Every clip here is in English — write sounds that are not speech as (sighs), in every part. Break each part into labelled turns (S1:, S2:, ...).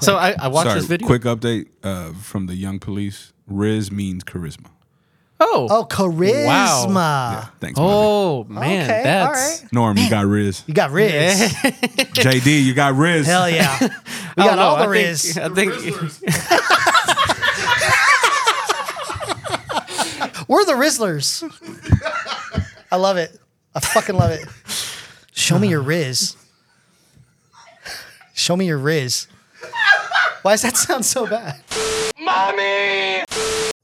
S1: So I, I watched
S2: Sorry,
S1: this video.
S2: quick update uh, from the Young Police. Riz means charisma.
S1: Oh.
S3: Oh, charisma.
S2: Yeah, thanks. Oh.
S1: Ah. Oh man,
S3: Okay, all
S1: that's
S3: right.
S2: Norm, you got
S1: (laughs)
S2: Riz.
S3: You got Riz.
S2: JD, you got Riz.
S3: Hell yeah. (laughs) We
S1: I
S3: got
S1: don't know,
S3: all
S1: I
S3: the
S1: think-
S3: Riz.
S1: I think
S3: We're the Rizzlers. I love it. I fucking love it. Show me your Riz. Show me your Riz. Why does that sound so bad? Mommy!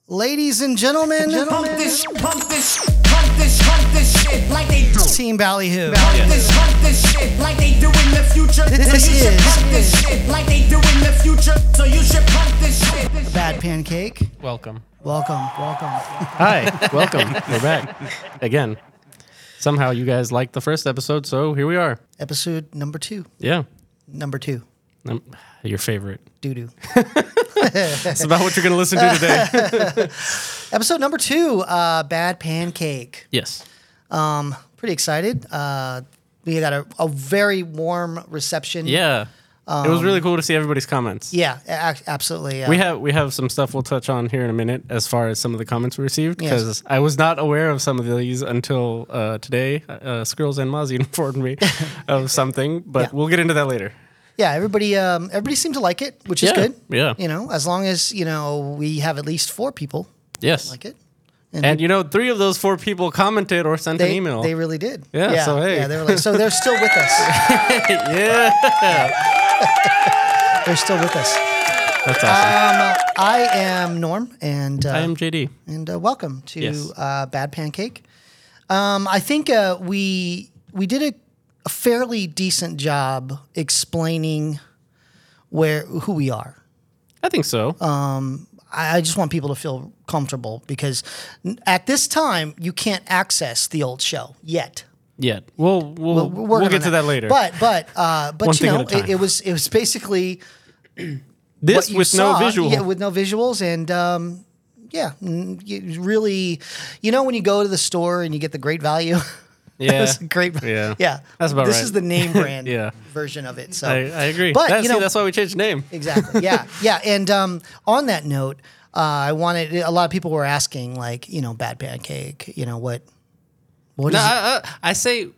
S3: Ladies and gentlemen,
S4: Pump this, pump this, pump this, pump this shit like they do.
S3: Team Ballyhoo.
S4: Pump this, pump this shit like they do in the future. so
S3: This
S4: you should
S3: is-
S4: pump this shit like they do in the future. So you should pump this shit. This
S3: Bad Pancake.
S1: welcome.
S3: Welcome, welcome.
S1: Hi, welcome. We're back again. Somehow you guys liked the first episode, so here we are.
S3: Episode number two.
S1: Yeah,
S3: Number two.
S1: Um, your favorite.
S3: Doo doo.
S1: It's about what you're going to listen to today.
S3: Episode number two, uh, Bad Pancake.
S1: (laughs) yes.
S3: Pretty excited. Uh, we got a, a very warm reception.
S1: Yeah. it was
S3: Um,
S1: really cool to see everybody's comments.
S3: Yeah, a- ac- absolutely. Yeah.
S1: We have we have some stuff we'll touch on here in a minute as far as some of the comments we received
S3: Yes.
S1: because I was not aware of some of these until uh, today. Uh, Skrills and Mozzie (laughs) informed
S3: (laughs)
S1: me of something, but
S3: Yeah.
S1: we'll get into that later.
S3: yeah, everybody um, everybody seemed to like it, which is
S1: Yeah,
S3: good.
S1: yeah.
S3: You know, as long as, you know, we have at least four people
S1: Yes,
S3: like it.
S1: and you know, three of those four people commented or sent an
S3: They,
S1: email.
S3: they really did.
S1: Yeah, so hey.
S3: Yeah, they were like, so they're still with us.
S1: (laughs) yeah,
S3: (laughs) They're still with us.
S1: that's awesome.
S3: Um, I am Norm, and uh,
S1: I am JD.
S3: and uh, welcome to
S1: Yes.
S3: uh, Bad Pancake. Um, I think uh, we we did a, a fairly decent job explaining where who we are.
S1: I think so.
S3: Um, I, I just want people to feel comfortable because n- at this time you can't access the old show yet.
S1: Yet we'll we'll
S3: We're
S1: we'll,
S3: working on
S1: get to that, later.
S3: But but uh,
S1: One
S3: but you
S1: thing at
S3: know
S1: a time.
S3: it, it was it was basically
S1: this
S3: what you
S1: with
S3: saw,
S1: no visual.
S3: yeah, with no visuals, and um, yeah, mm, you really, you know, when you go to the store and you get the great value. (laughs)
S1: Yeah.
S3: That's (laughs) great.
S1: (laughs) Yeah.
S3: yeah.
S1: That's about
S3: This
S1: right.
S3: is the
S1: (laughs)
S3: name brand
S1: Yeah.
S3: version of it. So
S1: I, I agree.
S3: But
S1: That's-
S3: you
S1: see,
S3: know,
S1: that's (laughs) why we changed the name.
S3: exactly. Yeah, yeah. And um, on that note, uh, I wanted a lot of people were asking, like, you know, bad pancake. You know what? What is?
S1: No,
S3: it?
S1: I, I, I say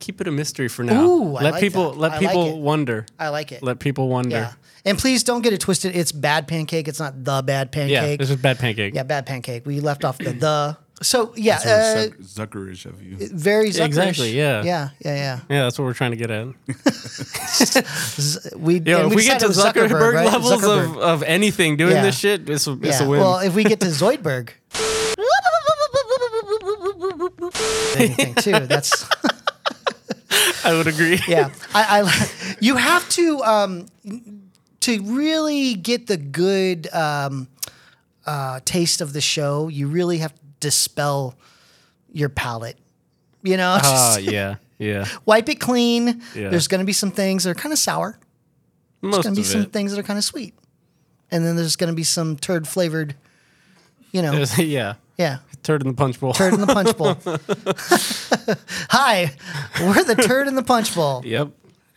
S1: keep it a mystery for now.
S3: Ooh, I
S1: let
S3: like
S1: people
S3: that.
S1: let
S3: I like
S1: people
S3: it.
S1: wonder.
S3: I like it.
S1: Let people wonder.
S3: yeah.
S1: Yeah,
S3: And please don't get it twisted. It's bad pancake. It's not the bad pancake.
S1: this is bad pancake.
S3: Yeah, bad pancake. We left
S1: (clears throat)
S3: off the the. So yeah, uh,
S2: Zuck- Zuckerish of you.
S3: very Zuckerish.
S1: Exactly, yeah.
S3: Yeah. Yeah.
S1: Yeah, that's what we're trying to get
S3: (laughs)
S1: at.
S3: Yeah. We,
S1: Yo,
S3: and
S1: if we, get to
S3: decided it was
S1: Zuckerberg,
S3: right?
S1: levels
S3: Zuckerberg.
S1: of, of anything doing
S3: Yeah.
S1: this shit, it's, a- it's a
S3: Yeah.
S1: win.
S3: Well, if we get to Zoidberg,
S1: (laughs)
S3: anything too. That's
S1: I would agree.
S3: (laughs) yeah. I, I you have to um to really get the good um uh taste of the show. You really have to dispel your palate. You know,
S1: Ah,
S3: just
S1: yeah,
S3: (laughs)
S1: yeah.
S3: wipe it clean.
S1: Yeah.
S3: There's going to be some things that are kind of sour.
S1: Most
S3: going to be
S1: of
S3: some
S1: it.
S3: things that are kind of sweet, and then there's going to be some turd flavored, you know,
S1: There's- (laughs) yeah,
S3: yeah,
S1: turd in the punch bowl.
S3: turd in the punch bowl. Hi, we're the turd in the punch bowl.
S1: (laughs) Yep,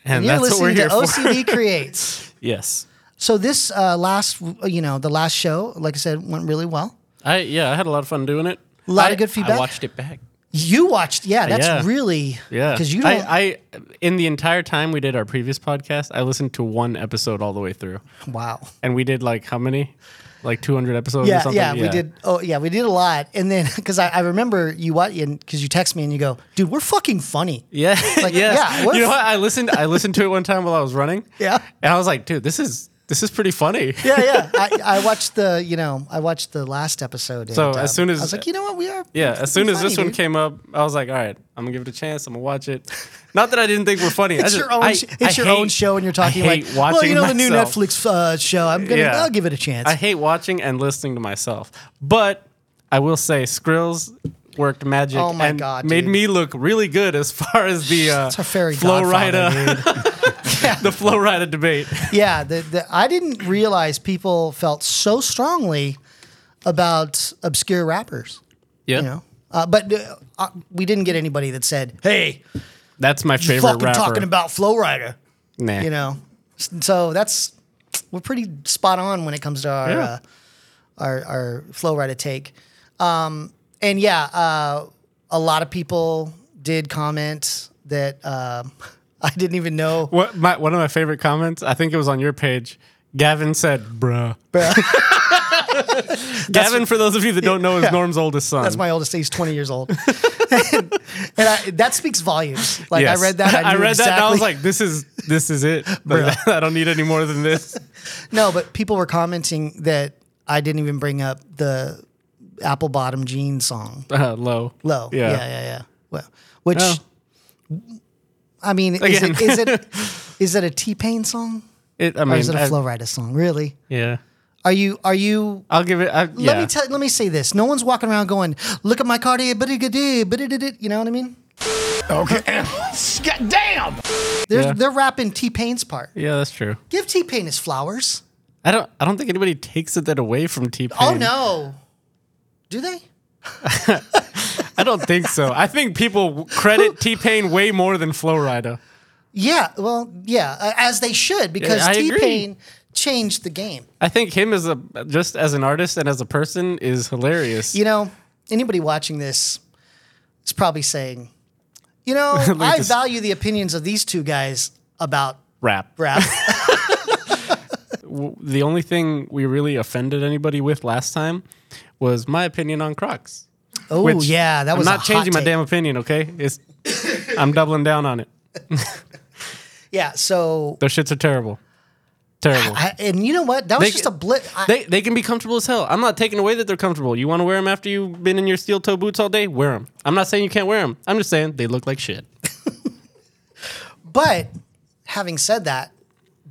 S1: and
S3: You're
S1: that's what we're
S3: listening to
S1: here for.
S3: OCD creates.
S1: (laughs) Yes,
S3: So this uh, last, you know, the last show, like I said, went really well.
S1: I yeah, I had a lot of fun doing it. A
S3: Lot of good feedback.
S1: I watched it back.
S3: You watched, yeah, that's
S1: Yeah.
S3: really
S1: Yeah,
S3: because you don't.
S1: I, I in the entire time we did our previous podcast, I listened to one episode all the way through,
S3: wow.
S1: and we did like how many, like two hundred episodes. or
S3: Yeah,
S1: something?
S3: yeah, we did. Oh, yeah, we did a lot, and then (laughs) because I, I remember you what, because you text me and you go, "Dude, we're fucking funny."
S1: Yeah,
S3: Like,
S1: (laughs)
S3: yeah,
S1: yeah.
S3: what
S1: you know
S3: if-
S1: what? I listened. I listened to it one time while I was running.
S3: Yeah.
S1: and I was like, dude, this is this is pretty funny.
S3: yeah, yeah. (laughs) I, I watched the, you know, I watched the last episode.
S1: So
S3: and, um,
S1: as soon as-
S3: I was like, you know what, we are.
S1: (laughs) Yeah,
S3: it's
S1: as soon as
S3: funny,
S1: this one
S3: dude."
S1: came up, I was like, all right, I'm gonna give it a chance. I'm gonna watch it. Not that I didn't think we're funny. I
S3: (laughs) It's
S1: just,
S3: your own.
S1: I-
S3: sh-
S1: I
S3: it's your
S1: hate-
S3: own show, and you're talking
S1: I hate
S3: like,
S1: watching
S3: well, you know, the new
S1: myself.
S3: Netflix uh, show. I'm gonna,
S1: Yeah.
S3: I'll give it a chance.
S1: I hate watching and listening to myself. But I will say, Skrills worked magic.
S3: Oh my
S1: and
S3: God,
S1: Made
S3: dude.
S1: me look really good as far as the uh,
S3: It's a fairy
S1: flow
S3: godfather,
S1: rider, (laughs) the (laughs) flow rider debate.
S3: yeah, the, the, I didn't realize people felt so strongly about obscure rappers.
S1: Yeah,
S3: You know, uh, but uh, uh, we didn't get anybody that said, "Hey,
S1: that's my
S3: you
S1: favorite
S3: fucking
S1: rapper.
S3: talking about Flow Rider."
S1: nah.
S3: You know, S- so that's we're pretty spot on when it comes to our
S1: Yeah.
S3: uh, our, our flow rider take. Um, and yeah, uh, a lot of people did comment that um, (laughs) I didn't
S1: (laughs)
S3: even know.
S1: What my one of my favorite comments, I think it was on your page. Gavin said,
S3: (laughs)
S1: "Bruh." Gavin, for those of you that don't know, is Norm's oldest son.
S3: That's my oldest. He's 20 years
S1: (laughs)
S3: old. and I, that speaks volumes. Like
S1: Yes.
S3: I read that. I, knew
S1: read that. And (laughs) I was
S3: exactly-
S1: like, "This is this is
S3: (laughs)
S1: it. Like, (laughs) I don't need any more than this."
S3: no, but people were commenting that I didn't even bring up the apple bottom jean song.
S1: Uh, low,
S3: Low. Yeah, yeah, yeah. Well, which
S1: Oh.
S3: I mean, is
S1: Again.
S3: it,
S1: (laughs)
S3: is it is it a T Pain song
S1: It, I
S3: or
S1: mean,
S3: is it
S1: I-
S3: a Flow Rider song? Really?
S1: yeah.
S3: Are you are you
S1: I'll give it. I, yeah.
S3: Let me tell. Let me say this. No one's walking around going, "Look at my Cartier," but it but it You know what I mean? Okay. Damn. They're
S1: Yeah.
S3: they're rapping T Pain's part.
S1: yeah, that's true.
S3: Give T Pain his flowers.
S1: I don't. I don't think anybody takes it that away from T Pain.
S3: Oh no, do they?
S1: I don't think so. I think people
S3: (laughs)
S1: credit T Pain way more than Flow Rida.
S3: Yeah. Well, yeah. uh, As they should, because
S1: I agree.
S3: T Pain changed the game.
S1: I think him as a just as an artist and as a person is hilarious.
S3: You know, anybody watching this is probably saying, you
S1: (laughs)
S3: know, I
S1: this-
S3: value the opinions of these two guys about
S1: Rap. (laughs)
S3: rap.
S1: The only thing we really offended anybody with last time was my opinion on Crocs.
S3: oh yeah, that was
S1: I'm
S3: a
S1: not
S3: hot
S1: changing my
S3: take.
S1: damn opinion. Okay, it's I'm doubling down on it.
S3: Yeah. So
S1: Those shits are terrible. Terrible.
S3: I, and you know what? That was
S1: They-
S3: just a blip. I,
S1: They, they can be comfortable as hell. I'm not taking away that they're comfortable. You want to wear them after you've been in your steel toe boots all day? Wear them. I'm not saying you can't wear them. I'm just saying they look like shit.
S3: but having said that,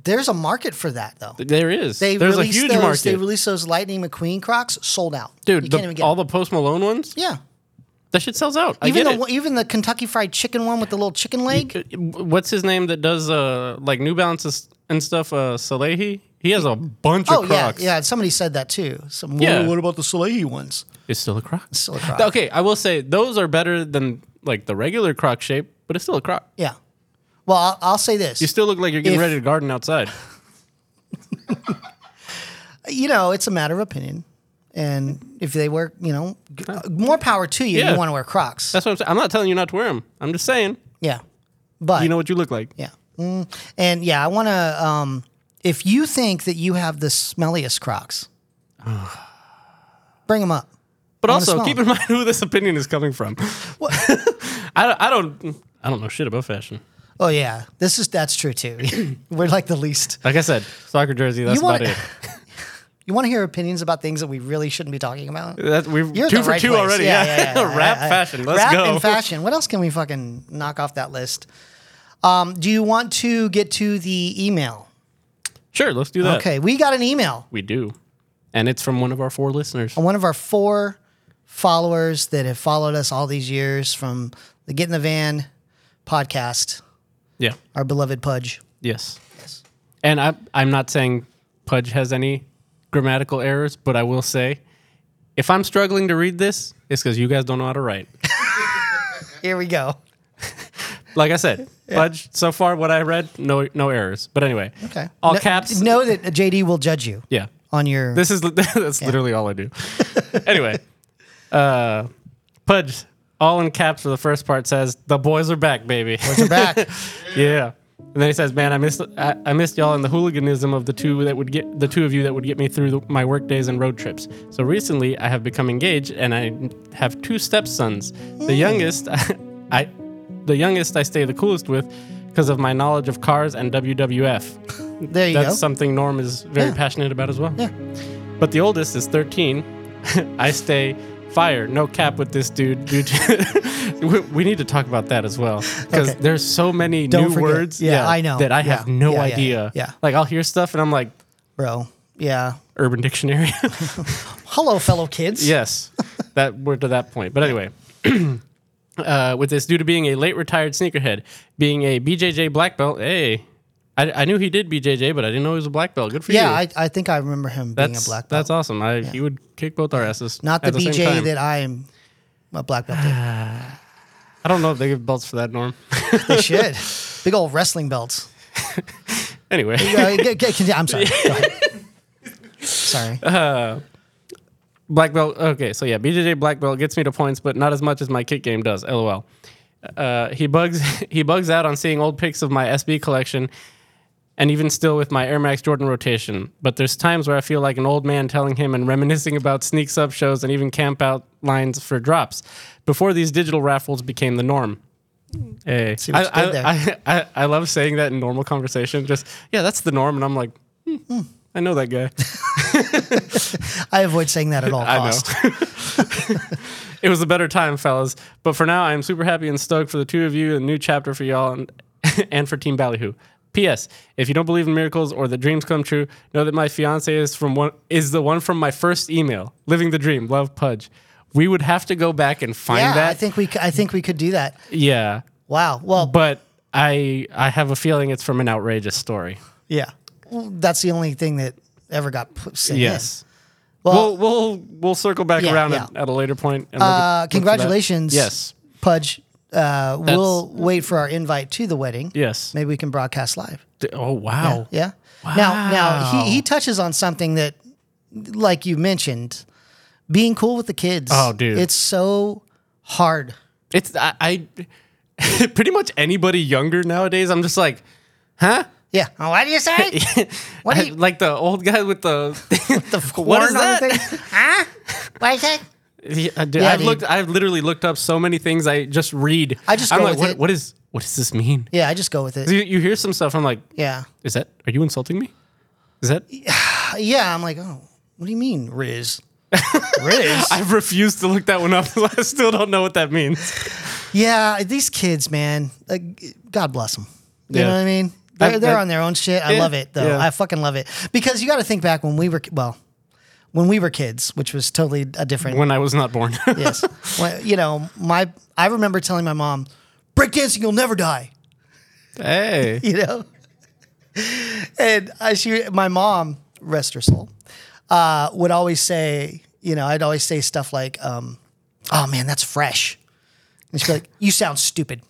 S3: there's a market for that though.
S1: There is.
S3: They
S1: There's a
S3: released
S1: huge
S3: those.
S1: market.
S3: They released those Lightning McQueen Crocs, sold out.
S1: Dude,
S3: you
S1: the-
S3: can't even get
S1: all
S3: them.
S1: the Post Malone ones,
S3: yeah.
S1: that shit sells out. I
S3: Even
S1: get
S3: the
S1: it.
S3: one- even the Kentucky Fried Chicken one with the little chicken leg.
S1: what's his name that does uh like New Balances and stuff? Uh, Salehi. He has a bunch
S3: Oh
S1: of
S3: yeah,
S1: Crocs.
S3: yeah. Somebody said that too. Some,
S1: Yeah.
S3: "Well, What about the Salehi ones?
S1: It's still a Croc.
S3: It's Still a Croc.
S1: Okay, I will say those are better than like the regular Croc shape, but it's still a Croc.
S3: Yeah. Well, I'll, I'll say this.
S1: You still look like you're getting
S3: If-
S1: ready to garden outside.
S3: you know, it's a matter of opinion. And if they wear, you know, g- uh, more power to you.
S1: Yeah.
S3: You want to wear Crocs.
S1: That's what I'm saying. I'm not telling you not to wear them. I'm just saying
S3: yeah. But
S1: you know what you look like.
S3: Yeah. Mm. And yeah, I want to. Um, if you think that you have the smelliest
S1: (sighs)
S3: Crocs, bring them up.
S1: But
S3: wanna
S1: also
S3: smell
S1: keep
S3: 'em.
S1: in (laughs) mind who this opinion is coming from. (laughs) I, don't- I don't I don't know shit about fashion.
S3: Oh yeah, this is that's true too. (laughs) We're like the least.
S1: Like I said, soccer jersey. That's
S3: You wanna-
S1: about it.
S3: (laughs) You want to hear opinions about things that we really shouldn't be talking about?
S1: That, we've
S3: You're
S1: two
S3: at the
S1: for
S3: right
S1: two
S3: place.
S1: already. (laughs)
S3: Yeah,
S1: Yeah,
S3: yeah, yeah.
S1: rap
S3: I- I-
S1: fashion. Let's
S3: rap
S1: go.
S3: and fashion. What else can we fucking knock off that list? Um, do you want to get to the email?
S1: Sure, let's do that.
S3: Okay, we got an email.
S1: We do. And it's from one of our four listeners.
S3: one of our four followers that have followed us all these years from the Get in the Van podcast,
S1: Yeah.
S3: our beloved Pudge.
S1: Yes. Yes. And I, I'm not saying Pudge has any grammatical errors, but I will say if I'm struggling to read this, it's because you guys don't know how to write.
S3: Here we go.
S1: Like I said, Pudge, so far what I read, no no errors. But anyway,
S3: Okay.
S1: all
S3: Kn-
S1: caps.
S3: Know that JD will judge you
S1: Yeah.
S3: on your.
S1: This is (laughs) li- that's literally all I do. anyway, uh, Pudge, all in caps for the first part says, "The boys are back, baby." (laughs)
S3: We're back.
S1: yeah. And then he says, "Man, I missed I, I missed y'all and the hooliganism of the two that would get the two of you that would get me through the, my work days and road trips. So recently, I have become engaged and I have two stepsons. The youngest, (laughs) I, the youngest I stay the coolest with because of my knowledge of cars and WWF.
S3: There you
S1: That's
S3: go.
S1: something Norm is very
S3: Yeah.
S1: passionate about as well.
S3: Yeah.
S1: But the oldest is 13. (laughs) I stay fire, no cap with this dude. (laughs) due to- we, we need to talk about that as well because
S3: Okay.
S1: there's so many
S3: Don't
S1: new
S3: forget.
S1: words.
S3: Yeah, I know.
S1: that I
S3: Yeah.
S1: have no
S3: Yeah, yeah,
S1: idea.
S3: yeah.
S1: like I'll hear stuff and I'm like,
S3: Bro. Yeah.
S1: Urban
S3: (laughs)
S1: Dictionary. (laughs)
S3: Hello, fellow kids.
S1: Yes, that we're to that point. But anyway, (clears throat) uh, with this due to being a late retired sneakerhead, being a BJJ black belt. Hey, I, I knew he did BJJ, but I didn't know he was a black belt. Good for
S3: Yeah,
S1: you.
S3: I, I think I remember him being
S1: that's,
S3: a black belt.
S1: that's awesome. I, He would kick both our asses.
S3: Not the
S1: at same
S3: BJ
S1: time.
S3: that I am a black belt. in.
S1: I don't know if they give belts for that, Norm. (laughs)
S3: they should. Big old wrestling belts.
S1: Anyway,
S3: Uh, g- g- I'm sorry. Go ahead. Sorry.
S1: black belt. Okay, so yeah, BJJ black belt gets me to points, but not as much as my kick game does. LOL. Uh, he bugs (laughs) he bugs out on seeing old pics of my SB collection, and even still with my Air Max Jordan rotation. But there's times where I feel like an old man telling him and reminiscing about sneaks up shows and even camp out lines for drops, before these digital raffles became the norm. Hey,
S3: Hmm. what
S1: I,
S3: you did there.
S1: I, I, I, I love saying that in normal conversation. Just yeah, that's the norm, and I'm like, hmm, I know that guy.
S3: I avoid saying that at all
S1: (laughs) I
S3: costs.
S1: know. (laughs) it was a better time, fellas. But for now, I am super happy and stoked for the two of you, a new chapter for y'all, and, (laughs) and for Team Ballyhoo. P.S. If you don't believe in miracles or that dreams come true, know that my fiance is from one is the one from my first email. Living the dream, love Pudge. We would have to go back and find
S3: Yeah,
S1: that.
S3: I think we c- I think we could do that.
S1: yeah,
S3: Wow. Well,
S1: but I I have a feeling it's from an outrageous story.
S3: yeah. Well, that's the only thing that ever got put sent in.
S1: Yes.
S3: Well,
S1: we'll we'll we'll circle back
S3: Yeah,
S1: around
S3: yeah.
S1: At, at a later point. And
S3: uh, congratulations.
S1: Yes.
S3: Pudge. Uh, we'll wait for our invite to the wedding.
S1: Yes.
S3: Maybe we can broadcast live.
S1: Oh wow.
S3: Yeah. Now, now
S1: Wow.
S3: he, he touches on something that, like you mentioned, being cool with the kids.
S1: Oh, dude.
S3: it's so hard.
S1: It's I, (laughs) I pretty much anybody younger nowadays. I'm just like,
S3: Yeah. Oh, what do
S1: (laughs)
S3: you say? What
S1: I-
S3: do you-
S1: like the old guy with
S3: (laughs)
S1: the.
S3: the
S1: (laughs) What is
S3: horn on the
S1: that? (laughs)
S3: thing? huh? What do you say?
S1: Yeah, I do-
S3: Yeah,
S1: I've
S3: dude.
S1: looked. I've literally looked up so many things. I just read.
S3: I just
S1: I'm
S3: go
S1: like,
S3: with
S1: what,
S3: it.
S1: what is what does this mean?
S3: Yeah, I just go with it.
S1: You, you hear some stuff. I'm like,
S3: Yeah.
S1: is that? Are you insulting me? Is that?
S3: Yeah. I'm like, oh, what do you mean,
S1: (laughs)
S3: Riz? Riz.
S1: I've refused to look that one up. (laughs) I still don't know what that means.
S3: yeah, these kids, man. Like, God bless them. You
S1: Yeah.
S3: know what I mean?
S1: I-
S3: They're, they're
S1: I-
S3: on their own shit. I
S1: Yeah,
S3: love it though.
S1: yeah.
S3: I fucking love it because you got to think back when we were well, when we were kids, which was totally a different
S1: When I was not
S3: (laughs)
S1: born.
S3: yes. Well, you know, my I remember telling my mom, breakdancing, you'll never die.
S1: (laughs)
S3: (laughs)
S1: hey.
S3: You know, and I, she, my mom, rest her soul, uh, would always say, you know, I'd always say stuff like, um, "Oh man, that's fresh," and she'd be like, "You sound stupid.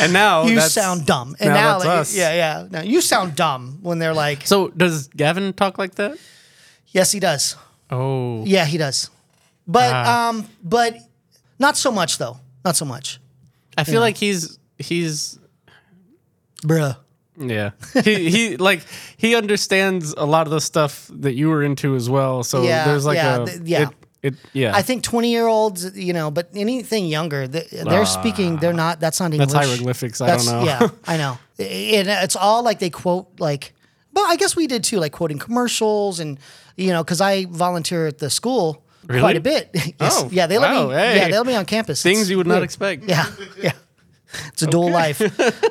S1: And now
S3: You
S1: Oh, that's-
S3: sound dumb." And
S1: now
S3: now,
S1: that's
S3: like,
S1: us.
S3: yeah, yeah, no, you sound dumb when they're like,
S1: So does Gavin talk like that?
S3: "Yes, he does.
S1: Oh.
S3: Yeah, he does," but
S1: Ah.
S3: um, but not so much though. Not so much,
S1: I feel like he's he's
S3: bruh. (laughs)
S1: Yeah. he he like he understands a lot of the stuff that you were into as well. So
S3: Yeah,
S1: there's like
S3: yeah,
S1: a
S3: th- yeah.
S1: It, it yeah.
S3: I think 20 year olds, you know, but anything younger, th- they're speaking, they're not, that's not English.
S1: that's hieroglyphics. I
S3: That's-
S1: don't know. (laughs)
S3: yeah, I know. And it's all like they quote, like, but I guess we did too, like quoting commercials and, you know, because I volunteer at the school quite
S1: Really?
S3: a bit. (laughs) yes.
S1: Oh,
S3: yeah, they let
S1: wow,
S3: me,
S1: hey.
S3: yeah, they'll be on campus.
S1: Things
S3: It's
S1: you would not
S3: weird.
S1: expect.
S3: Yeah, yeah. It's a
S1: (laughs)
S3: dual life.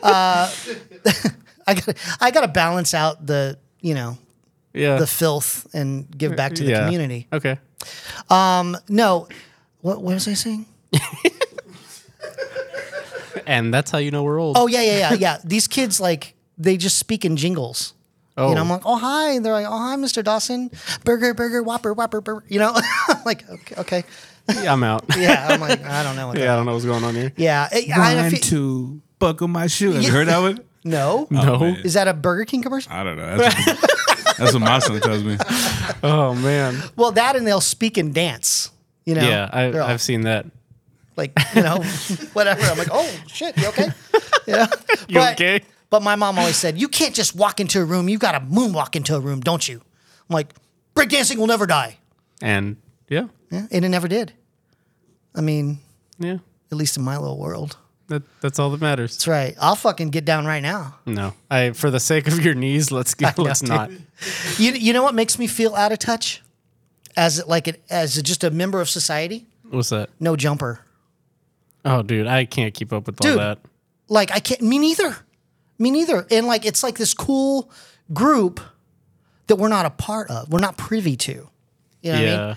S3: Uh, (laughs) I got, I got to balance out the, you know,
S1: Yeah.
S3: the filth and give back to the
S1: yeah.
S3: community.
S1: Okay.
S3: No, what, what was I saying?
S1: And that's how you know we're old.
S3: Oh yeah, yeah, yeah, yeah. These kids like they just speak in jingles.
S1: Oh.
S3: You know, I'm like, oh hi, and they're like, oh hi, Mr. Dawson, burger, burger, whopper, whopper, burger. You know, (laughs) I'm like okay, okay,
S1: Yeah, (laughs) I'm
S3: (laughs)
S1: out. Yeah.
S3: yeah. I'm like, I don't
S1: (laughs)
S3: know what. Yeah,
S1: I don't know what's going on
S3: (laughs)
S1: here.
S3: yeah. I- I- I
S2: Time
S3: feel-
S2: to buckle my shoe. Have you heard that one?
S3: no,
S1: No.
S2: man.
S3: is that a Burger King commercial?
S2: I don't know.
S1: (laughs)
S2: That's what, that's what my son tells me.
S1: Oh man.
S3: Well, that and they'll speak and dance. You know,
S1: Yeah, I,
S3: They're all
S1: I've seen that.
S3: like you know, (laughs) whatever. I'm like, oh shit, you okay? Yeah,
S1: (laughs) You
S3: but,
S1: okay?
S3: But my mom always said, you can't just walk into a room. You got to moonwalk into a room, don't you? I'm like, breakdancing will never die.
S1: And yeah,
S3: Yeah, and it never did. I mean,
S1: yeah.
S3: at least in my little world.
S1: That that's all that matters.
S3: That's right. I'll fucking get down right now.
S1: No, I for the sake of your knees, let's
S3: (laughs)
S1: go,
S3: know,
S1: let's
S3: dude.
S1: not.
S3: You, you know what makes me feel out of touch? As like it, as just a member of society,
S1: What's that?
S3: no jumper.
S1: Oh, dude, I can't keep up with all
S3: Dude.
S1: that.
S3: Like I can't. Me neither. Me neither. And like it's like this cool group that we're not a part of. We're not privy to. You know what I
S1: yeah.
S3: mean?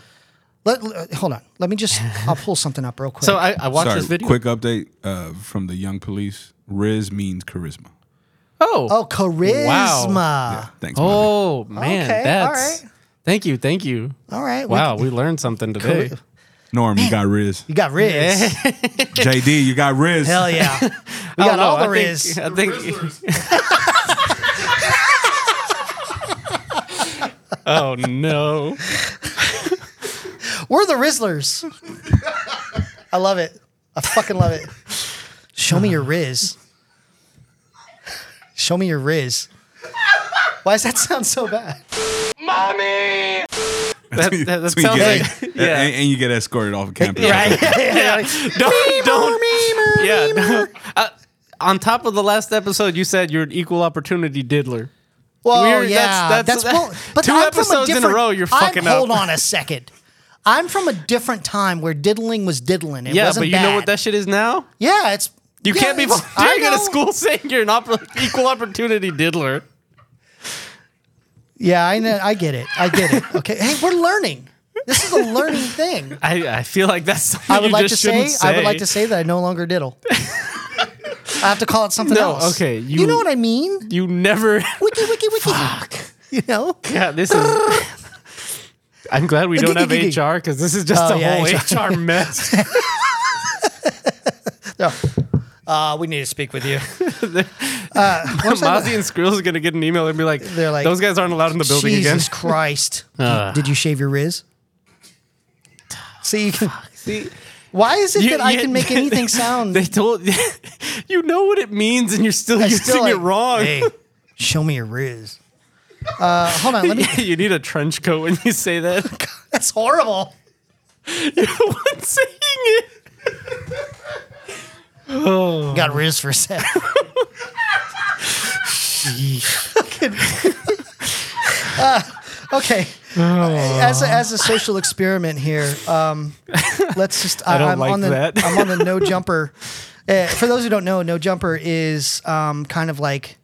S3: Let, let- hold on. Let me just. I'll pull something up real quick.
S1: So I, I watched
S2: Sorry,
S1: this video.
S2: quick update uh, from the Young Police. Riz means charisma.
S1: Oh.
S3: oh, charisma.
S2: Thanks. Mozzie.
S1: Oh man,
S3: Okay, all
S1: that's
S3: right.
S1: thank you, thank you.
S3: All right. we-
S1: Wow, we learned something today.
S2: Norm, you got
S1: (laughs)
S2: Riz.
S3: You got Riz. (laughs)
S2: JD, you got Riz. (laughs)
S3: Hell yeah. We
S1: Oh, I
S3: got
S1: don't know,
S3: all the
S1: I think-
S3: Riz.
S1: (laughs) I think. (laughs) oh no!
S3: (laughs) We're the Rizzlers. I love it. I fucking love it. Show me your Riz. Show me your Riz. Why does that sound so bad?
S2: (laughs)
S1: That, that, that
S2: That's when you
S1: sounds
S2: get-
S1: like
S2: (laughs) and-
S1: yeah.
S2: and, and you get escorted off of campus.
S3: (laughs)
S1: yeah. Don't don't. Yeah. (laughs) Don't, uh, on top of the last episode, you said you're an equal opportunity diddler.
S3: Well,
S1: Weird.
S3: yeah,
S1: That's-
S3: that's,
S1: that's- (laughs)
S3: bull- but
S1: two
S3: I'm from a
S1: episodes in a
S3: different,
S1: row, you're
S3: I'm-
S1: fucking up.
S3: Hold on a second. I'm from a different time where diddling was diddling. It
S1: Yeah,
S3: wasn't
S1: but you know what
S3: bad.
S1: that shit is now.
S3: yeah, it's
S1: You
S3: yeah,
S1: can't be
S3: it's- I
S1: volunteering at a
S3: know.
S1: school saying you're an oppor- equal opportunity diddler.
S3: Yeah, I know. I get it. I
S1: (laughs)
S3: get it. Okay, hey, we're learning. This is a learning thing.
S1: I, I feel like that's something
S3: I would
S1: you
S3: like to
S1: just
S3: say,
S1: shouldn't
S3: I would like to say that I no
S1: (laughs)
S3: longer diddle. I have to call it something
S1: No,
S3: else.
S1: okay,
S3: You,
S1: you-
S3: know what I mean?
S1: You (laughs) never.
S3: Wiki, wiki, wiki. (laughs) You know?
S1: Yeah, this is. (laughs) I'm glad we don't
S3: (laughs)
S1: have HR because this is just
S3: Oh,
S1: a
S3: yeah,
S1: whole
S3: HR. (laughs)
S1: HR mess.
S3: Uh, we need to
S1: (laughs)
S3: speak with you. Uh,
S1: Mozzie and Skrills are gonna get an email and be like,
S3: They're like,
S1: "Those guys aren't allowed in the building again."
S3: Jesus
S1: Uh.
S3: Christ. Did you shave your riz? See,
S1: (laughs)
S3: you can,
S1: See,
S3: why is
S1: (laughs)
S3: it
S1: You-
S3: that I
S1: you- (laughs)
S3: can make anything sound?
S1: they told (laughs) you know what it means, and you're still
S3: I
S1: using
S3: still
S1: it
S3: like,
S1: wrong.
S3: Hey, show me your riz. Uh, hold on,
S1: (laughs)
S3: let me.
S1: (laughs) you need a trench coat when you say that. (laughs)
S3: That's horrible.
S1: You're the one saying it. Um,
S3: Got riz
S1: (laughs)
S3: for sale. (laughs) uh, okay.
S1: Oh.
S3: As a, as a social experiment here, um,
S1: (laughs)
S3: let's just. I,
S1: don't
S3: am
S1: like
S3: on the
S1: that.
S3: I'm on the no jumper. Uh, for those who don't know, no jumper is um, kind of like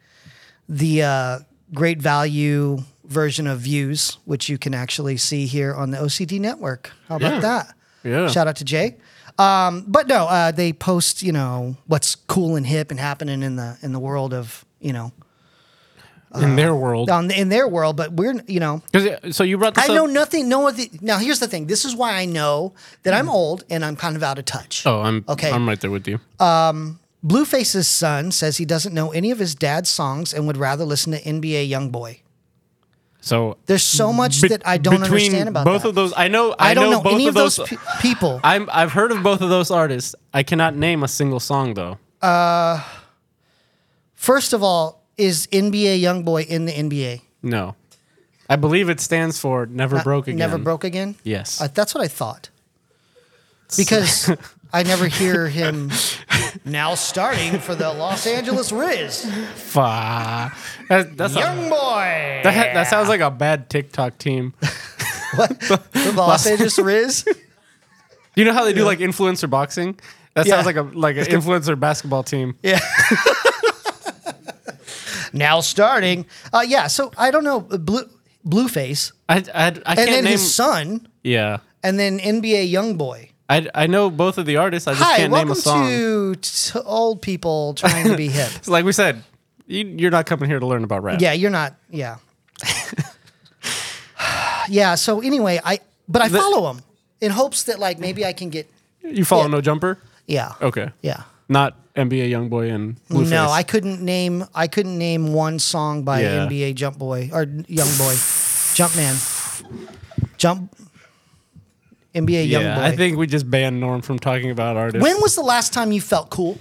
S3: the uh, great value version of views, which you can actually see here on the OCD network. How about
S1: Yeah.
S3: that?
S1: Yeah.
S3: Shout out to Jay. Um, but no, uh, they post you know what's cool and hip and happening in the in the world of you know Uh,
S1: In their world,
S3: on in their world. But we're you know
S1: 'Cause- uh, so you brought this
S3: I
S1: up.
S3: know nothing. No, other- now here's the thing. This is why I know that I'm old and I'm kind of out of touch.
S1: oh, I'm
S3: Okay.
S1: I'm right there with you.
S3: Blueface's son says he doesn't know any of his dad's songs and would rather listen to NBA YoungBoy.
S1: So
S3: There's so much
S1: Mm. be-
S3: that I don't
S1: between
S3: understand about
S1: both
S3: that.
S1: of those. I know. I,
S3: I don't
S1: know,
S3: know,
S1: both
S3: any
S1: of those.
S3: pe- people.
S1: I'm I've heard of both of those artists. I cannot name a single song though.
S3: First of all, is NBA YoungBoy in the NBA?
S1: No, I believe it stands for Never Broke Again.
S3: Never broke again.
S1: Yes.
S3: Uh, that's what I
S1: (laughs)
S3: thought. Because I never hear
S1: (laughs)
S3: him now starting for the Los Angeles Riz.
S1: Fuck. That, that's a-
S3: Young
S1: (laughs)
S3: boy.
S1: that, that sounds like a bad TikTok team.
S3: The Los Angeles Riz?
S1: (laughs) You know how they do like influencer boxing? That sounds like a
S3: (laughs)
S1: like an influencer basketball team.
S3: Yeah. now starting. Uh, yeah, so I don't know. uh, Blue, Blueface.
S1: I I, I can't
S3: And then
S1: name.
S3: his son.
S1: yeah.
S3: And then NBA Young Boy.
S1: I, I know both of the artists. I just
S3: Hi,
S1: can't name
S3: welcome
S1: a song.
S3: to, to old people trying to be hip.
S1: It's like we said, you, you're not coming here to learn about rap.
S3: Yeah, you're not. Yeah. (sighs) yeah. So anyway, I but I
S1: The-
S3: follow him in hopes that like maybe I can get.
S1: You follow
S3: Yeah.
S1: No Jumper?
S3: Yeah.
S1: Okay.
S3: Yeah.
S1: Not NBA YoungBoy and Blueface.
S3: No, I couldn't name. I couldn't name one song by
S1: Yeah.
S3: NBA Jump Boy or Young Boy, Jump Man, Jump. NBA
S1: Yeah,
S3: Young Boy.
S1: I think we just banned Norm from talking about artists.
S3: When was the last time you felt cool?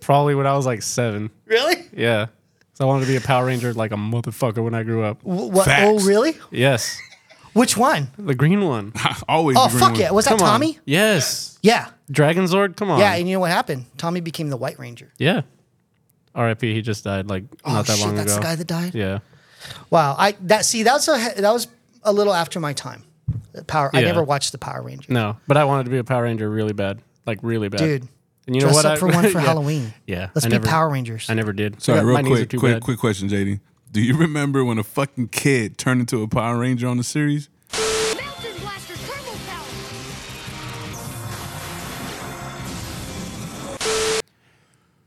S1: Probably when I was like seven.
S3: Really?
S1: Yeah. So I wanted to be a Power Ranger like a motherfucker when I grew up.
S3: What? Oh,
S2: Facts.
S3: really?
S1: Yes.
S3: Which one?
S1: The green one.
S2: (laughs) Always.
S3: Oh,
S2: the green
S3: fuck
S2: one.
S3: yeah! Was that
S1: Come on.
S3: Tommy?
S1: Yes.
S3: Yeah.
S1: Dragon Zord, come on.
S3: Yeah, and you know what happened? Tommy became the White Ranger.
S1: Yeah. R.I.P. He just died like
S3: Oh,
S1: not that
S3: shit,
S1: long
S3: that's
S1: ago.
S3: the guy that died.
S1: yeah.
S3: Wow, I that see that was a that was a little after my time. The Power, I
S1: Yeah.
S3: never watched the Power Rangers,
S1: No, but I wanted to be a Power Ranger really bad, like really bad.
S3: dude.
S1: and you know
S3: dress
S1: what?
S3: up
S1: I- (laughs)
S3: for one for
S1: Yeah.
S3: Halloween.
S1: Yeah,
S3: let's
S1: I
S3: be
S1: never-
S3: Power Rangers.
S1: I never did.
S2: Sorry,
S1: My
S2: real
S1: knees are
S2: quick,
S1: too
S2: quick,
S1: bad.
S2: quick question, JD. Do you remember when a fucking kid turned into a Power Ranger on the series?
S5: Mountain Blaster Turbo Power!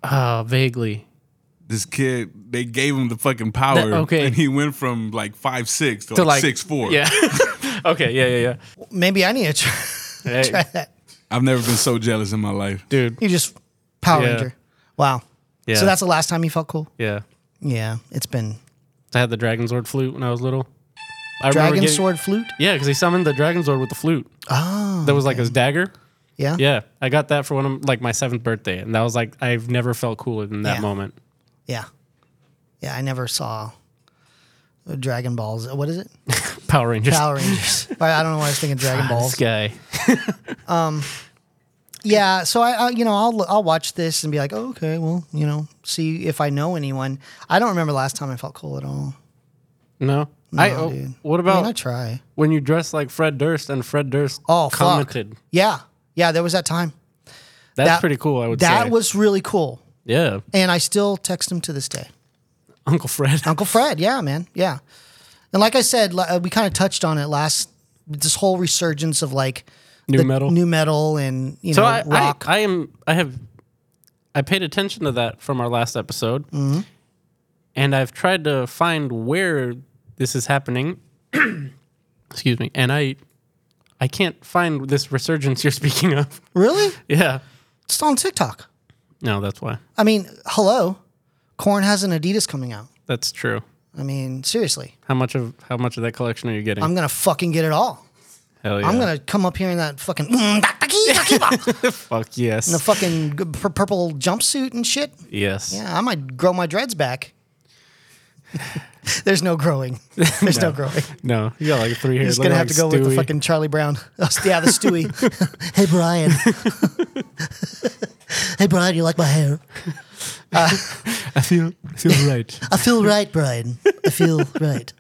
S1: Oh, vaguely.
S2: This kid, they gave him the fucking power,
S1: That- okay.
S2: and he went from like five six to,
S1: To
S2: like,
S1: like
S2: six four.
S1: Yeah. (laughs) okay. Yeah. Yeah. Yeah.
S3: maybe I need to try, (laughs)
S1: Hey,
S3: try that.
S2: I've never been so jealous in my life.
S1: dude.
S3: You just Power
S1: Yeah.
S3: Ranger. Wow.
S1: Yeah.
S3: So that's the last time you felt cool?
S1: yeah.
S3: Yeah. It's been
S1: I had the dragon sword flute when I was little. I remember
S3: Dragon
S1: getting-
S3: Sword Flute?
S1: Yeah, because he summoned the dragon sword with the flute. Oh. That was like his dagger.
S3: Yeah.
S1: Yeah, I got that for one of like my seventh birthday, and that was like I've never felt cooler than that
S3: Yeah.
S1: moment.
S3: Yeah. Yeah, I never saw Dragon Balls. What is it?
S1: Power Rangers.
S3: Power Rangers. (laughs) But I don't know why I was thinking Dragon
S1: (laughs) This
S3: Balls.
S1: guy.
S3: Yeah, so I, I, you know, I'll I'll watch this and be like, oh, okay, well, you know, see if I know anyone. I don't remember last time I felt cool at all.
S1: No. I.
S3: No,
S1: oh,
S3: dude.
S1: What
S3: I,
S1: about
S3: mean, I try.
S1: when you dress like Fred Durst and Fred Durst
S3: Oh, fuck.
S1: commented?
S3: Yeah, yeah, there was that time.
S1: That's
S3: That-
S1: pretty cool. I would
S3: that
S1: say.
S3: was really cool,
S1: yeah,
S3: and I still text him to this day.
S1: Uncle Fred.
S3: Uncle Fred. Yeah, man. Yeah. And like I said, li- uh, we kind of touched on it last. This whole resurgence of like
S1: New
S3: the
S1: metal.
S3: new metal, and you
S1: so
S3: know,
S1: I, I,
S3: rock.
S1: I am. I have. I paid attention to that from our last episode,
S3: Mm-hmm.
S1: and I've tried to find where this is happening. (clears throat) Excuse me, and I, I can't find this resurgence you're (laughs) speaking of.
S3: really?
S1: Yeah.
S3: It's on TikTok.
S1: No, that's why.
S3: I mean, hello, Corn has an Adidas coming out.
S1: That's true.
S3: I mean, seriously,
S1: How much of how much of that collection are you getting?
S3: I'm gonna fucking get it all.
S1: Hell yeah.
S3: I'm gonna come up here in that fucking mm, the
S1: fuck yes.
S3: fucking g- pur- purple jumpsuit and shit.
S1: yes.
S3: Yeah, I might grow my dreads back. (laughs) There's no growing. There's no growing.
S1: No, you got like three
S3: You're
S1: hairs.
S3: just gonna have to go with the fucking Charlie Brown. (laughs) Oh, yeah, the Stewie. (laughs) hey Brian. (laughs) hey Brian, you like my hair?
S1: (laughs) I feel I feel right.
S3: I feel right, Brian. I
S1: (laughs)
S3: feel right.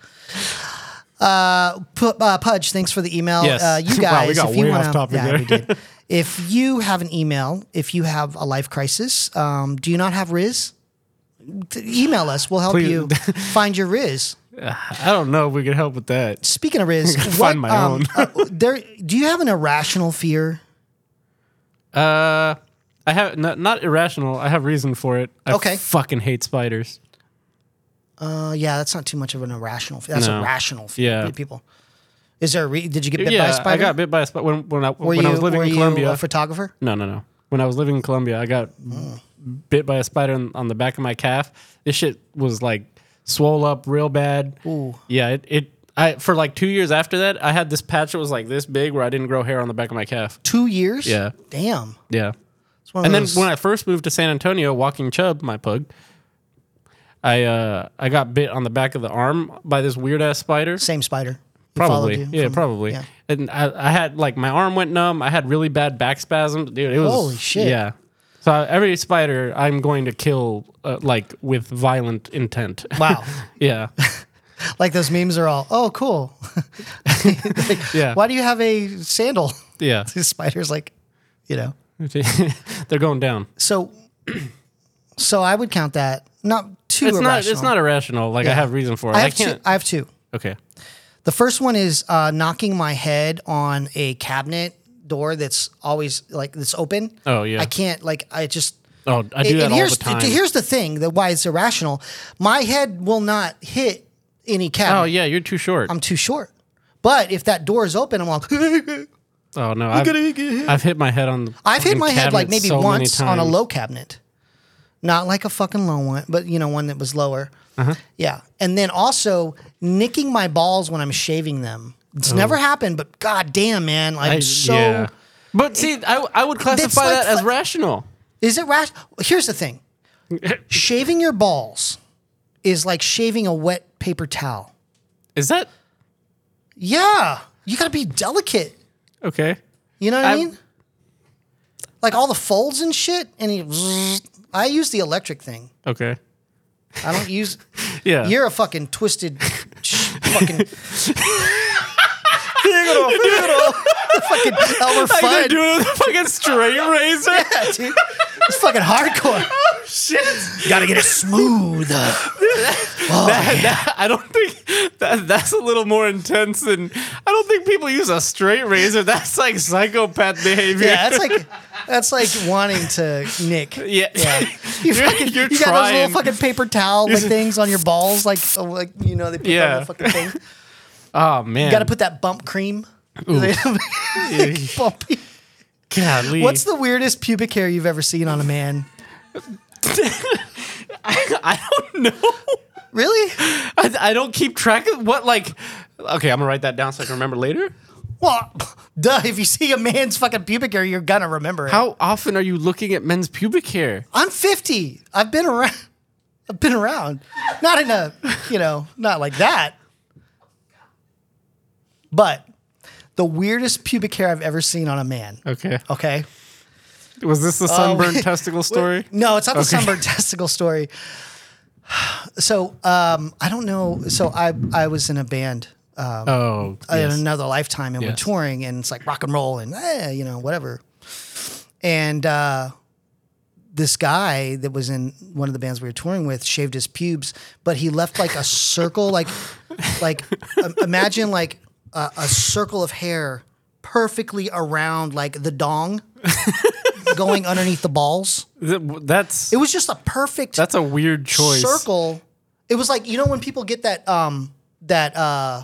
S3: Uh, P- uh, Pudge, thanks for the email.
S1: Yes.
S3: Uh, you
S1: (laughs)
S3: guys,
S1: Wow, we got
S3: if you
S1: way off
S3: want to,
S1: topic there. (laughs)
S3: if you have an email, if you have a life crisis, um, do you not have Riz? Th- Email us. We'll help
S1: Please. (laughs)
S3: you find your Riz.
S1: (laughs) I don't know if we could help with that.
S3: Speaking of
S1: (laughs)
S3: Riz,
S1: gotta
S3: what,
S1: find my
S3: um,
S1: own.
S3: uh,
S1: (laughs)
S3: there, do you have an irrational fear?
S1: Uh, I have not, not irrational. I have reason for it. I
S3: Okay.
S1: Fucking hate spiders.
S3: Uh, yeah, that's not too much of an irrational. Fear. That's
S1: No.
S3: a rational fear.
S1: Yeah.
S3: People, is there? A re- did you get bit by a
S1: yeah,
S3: spider?
S1: I got bit by a spider when when I
S3: Were
S1: when
S3: you,
S1: I was living
S3: were
S1: in
S3: you
S1: Colombia.
S3: a photographer?
S1: no, no, no. When I was living in Colombia, I got bit by a spider on, on the back of my calf. This shit was like swole up real bad. Ooh. Yeah. It. it I, for like two years after that, I had this patch that was like this big where I didn't grow hair on the back of my calf.
S3: Two years?
S1: Yeah.
S3: Damn.
S1: Yeah.
S3: It's one of
S1: And then
S3: those-
S1: when I first moved to San Antonio, walking Chubb, my pug, I uh, I got bit on the back of the arm by this weird ass spider.
S3: same spider. He followed
S1: Probably,
S3: you
S1: yeah,
S3: from-
S1: probably.
S3: yeah.
S1: And I, I had like my arm went numb. I had really bad back spasms, dude. It was
S3: Holy shit.
S1: Yeah. So uh, every spider I'm going to kill uh, like with violent intent. (laughs)
S3: Wow.
S1: yeah,
S3: like those memes are all, oh, cool.
S1: yeah,
S3: Why do you have a sandal? (laughs)
S1: yeah. (laughs)
S3: The spider's like, you know.
S1: They're going down.
S3: So, (clears throat) so I would count that not too
S1: It's not.
S3: irrational.
S1: It's not irrational. Like I have reason for it.
S3: I
S1: I,
S3: have two.
S1: can't.
S3: I have two.
S1: okay.
S3: The first one is uh, knocking my head on a cabinet door that's always like that's open.
S1: Oh, yeah.
S3: I can't like I just
S1: Oh, I do
S3: And-
S1: that
S3: and
S1: all
S3: here's,
S1: the time.
S3: Here's the thing that why it's irrational. My head will not hit any cabinet.
S1: oh yeah, you're too short.
S3: I'm too short. But if that door is open, I'm like, (laughs)
S1: Oh no, I've, I've hit my head on. The
S3: I've hit
S1: fucking
S3: my head like
S1: cabinet
S3: maybe
S1: so many
S3: once on a
S1: times.
S3: low cabinet, not like a fucking low one, but you know one that was lower.
S1: Uh-huh.
S3: Yeah, and then also nicking my balls when I'm shaving them. It's never happened, but god damn, man, like
S1: Oh. I-
S3: am so
S1: yeah. But see, I, I would classify
S3: like
S1: that as
S3: fu-
S1: rational.
S3: is it rash? Here's
S1: (laughs)
S3: the thing: shaving your balls is like shaving a wet paper towel.
S1: Is that
S3: Yeah, you gotta be delicate.
S1: okay?
S3: You know what i
S1: I'm-
S3: mean? Like all the folds and shit, and he. I use the electric thing.
S1: Okay.
S3: I don't use.
S1: (laughs) Yeah.
S3: You're a fucking twisted, (laughs) sh- fucking. (laughs) fucking Elmer
S1: like they're
S3: Fudd.
S1: doing it with a fucking straight razor.
S3: (laughs) Yeah, dude. It's
S1: (laughs)
S3: fucking hardcore.
S1: Shit.
S3: Gotta get
S1: (laughs)
S3: it smooth. Oh.
S1: That- I don't think that, that's a little more intense than I don't think people use a straight razor. That's like psychopath behavior.
S3: Yeah, that's like that's like wanting to
S1: (laughs)
S3: nick.
S1: yeah.
S3: (laughs)
S1: (laughs)
S3: You
S1: You're-
S3: fucking,
S1: you're
S3: you got those
S1: trying.
S3: little fucking paper towel like things on your balls, like so, like you know they put on
S1: Yeah.
S3: the fucking thing.
S1: Oh man.
S3: You gotta put that bump cream. Like, (laughs) bumpy.
S1: Golly.
S3: What's the weirdest pubic hair you've ever seen on a man?
S1: (laughs) I don't know. (laughs)
S3: Really?
S1: I, I don't keep track of what like. Okay, I'm gonna write that down so I can remember later.
S3: Well, (laughs) duh. If you see a man's fucking pubic hair, you're gonna remember it.
S1: How often are you looking at men's pubic hair?
S3: I'm 50. I've been around. (laughs) I've been around. Not in a, you know, not like that. But the weirdest pubic hair I've ever seen on a man.
S1: Okay. Oh,
S3: Okay.
S1: Was this the
S3: (laughs)
S1: sunburned testicle story?
S3: Oh, No, it's not the sunburned (laughs) testicle story. So um, I don't know. So I I was in a band uh,
S1: Oh,
S3: in another lifetime and we're
S1: Yes.
S3: touring and it's like rock and roll and eh, you know whatever and uh, this guy that was in one of the bands we were touring with shaved his pubes but he left like a
S1: (laughs)
S3: circle like like um, imagine like a, a circle of hair perfectly around like
S1: (laughs)
S3: the dong going underneath the balls
S1: Th- that's
S3: it was just a perfect
S1: that's a weird choice.
S3: circle. It was like you know when people get that um that uh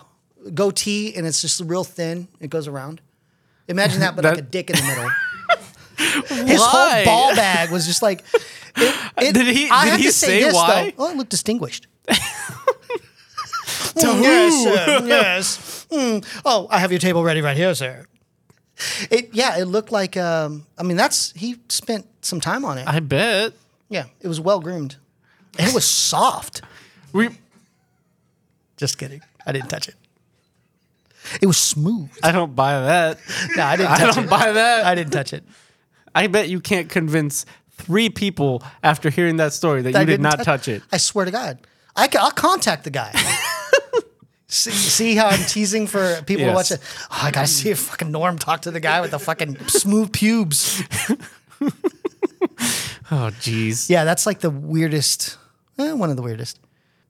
S3: goatee and it's just real thin. It goes around. Imagine that, but like a
S1: That-
S3: dick in the
S1: (laughs)
S3: middle. His
S1: Why?
S3: whole ball bag was just like. It,
S1: (laughs)
S3: it-
S1: Did he-
S3: I
S1: did
S3: have
S1: he
S3: to
S1: say
S3: this,
S1: why?
S3: Though. Oh, it
S1: (laughs)
S3: looked distinguished. Hmm, Yes, sir. yes. Mm. Oh, I have your table ready right here, sir. It yeah, it looked like um. I mean, that's he spent some time on it.
S1: I bet.
S3: yeah, it was well groomed, and it was
S1: (laughs)
S3: soft.
S1: We.
S3: Just kidding. I didn't touch it. It
S1: (laughs)
S3: was smooth.
S1: I don't buy
S3: (laughs)
S1: that.
S3: No, I didn't touch
S1: I don't
S3: it.
S1: buy that.
S3: I didn't touch it.
S1: I bet you can't convince three people after hearing that story that
S3: I
S1: you did
S3: didn't
S1: not
S3: tou-
S1: touch
S3: (laughs)
S1: it.
S3: I swear to God. I ca- I'll contact
S1: (laughs)
S3: the guy. see, see how I'm teasing for people
S1: Yes.
S3: to watch it? Oh, I got to see if fucking Norm talk to the guy with the fucking smooth pubes.
S1: Oh, jeez.
S3: Yeah, that's like the weirdest, eh, one of the weirdest.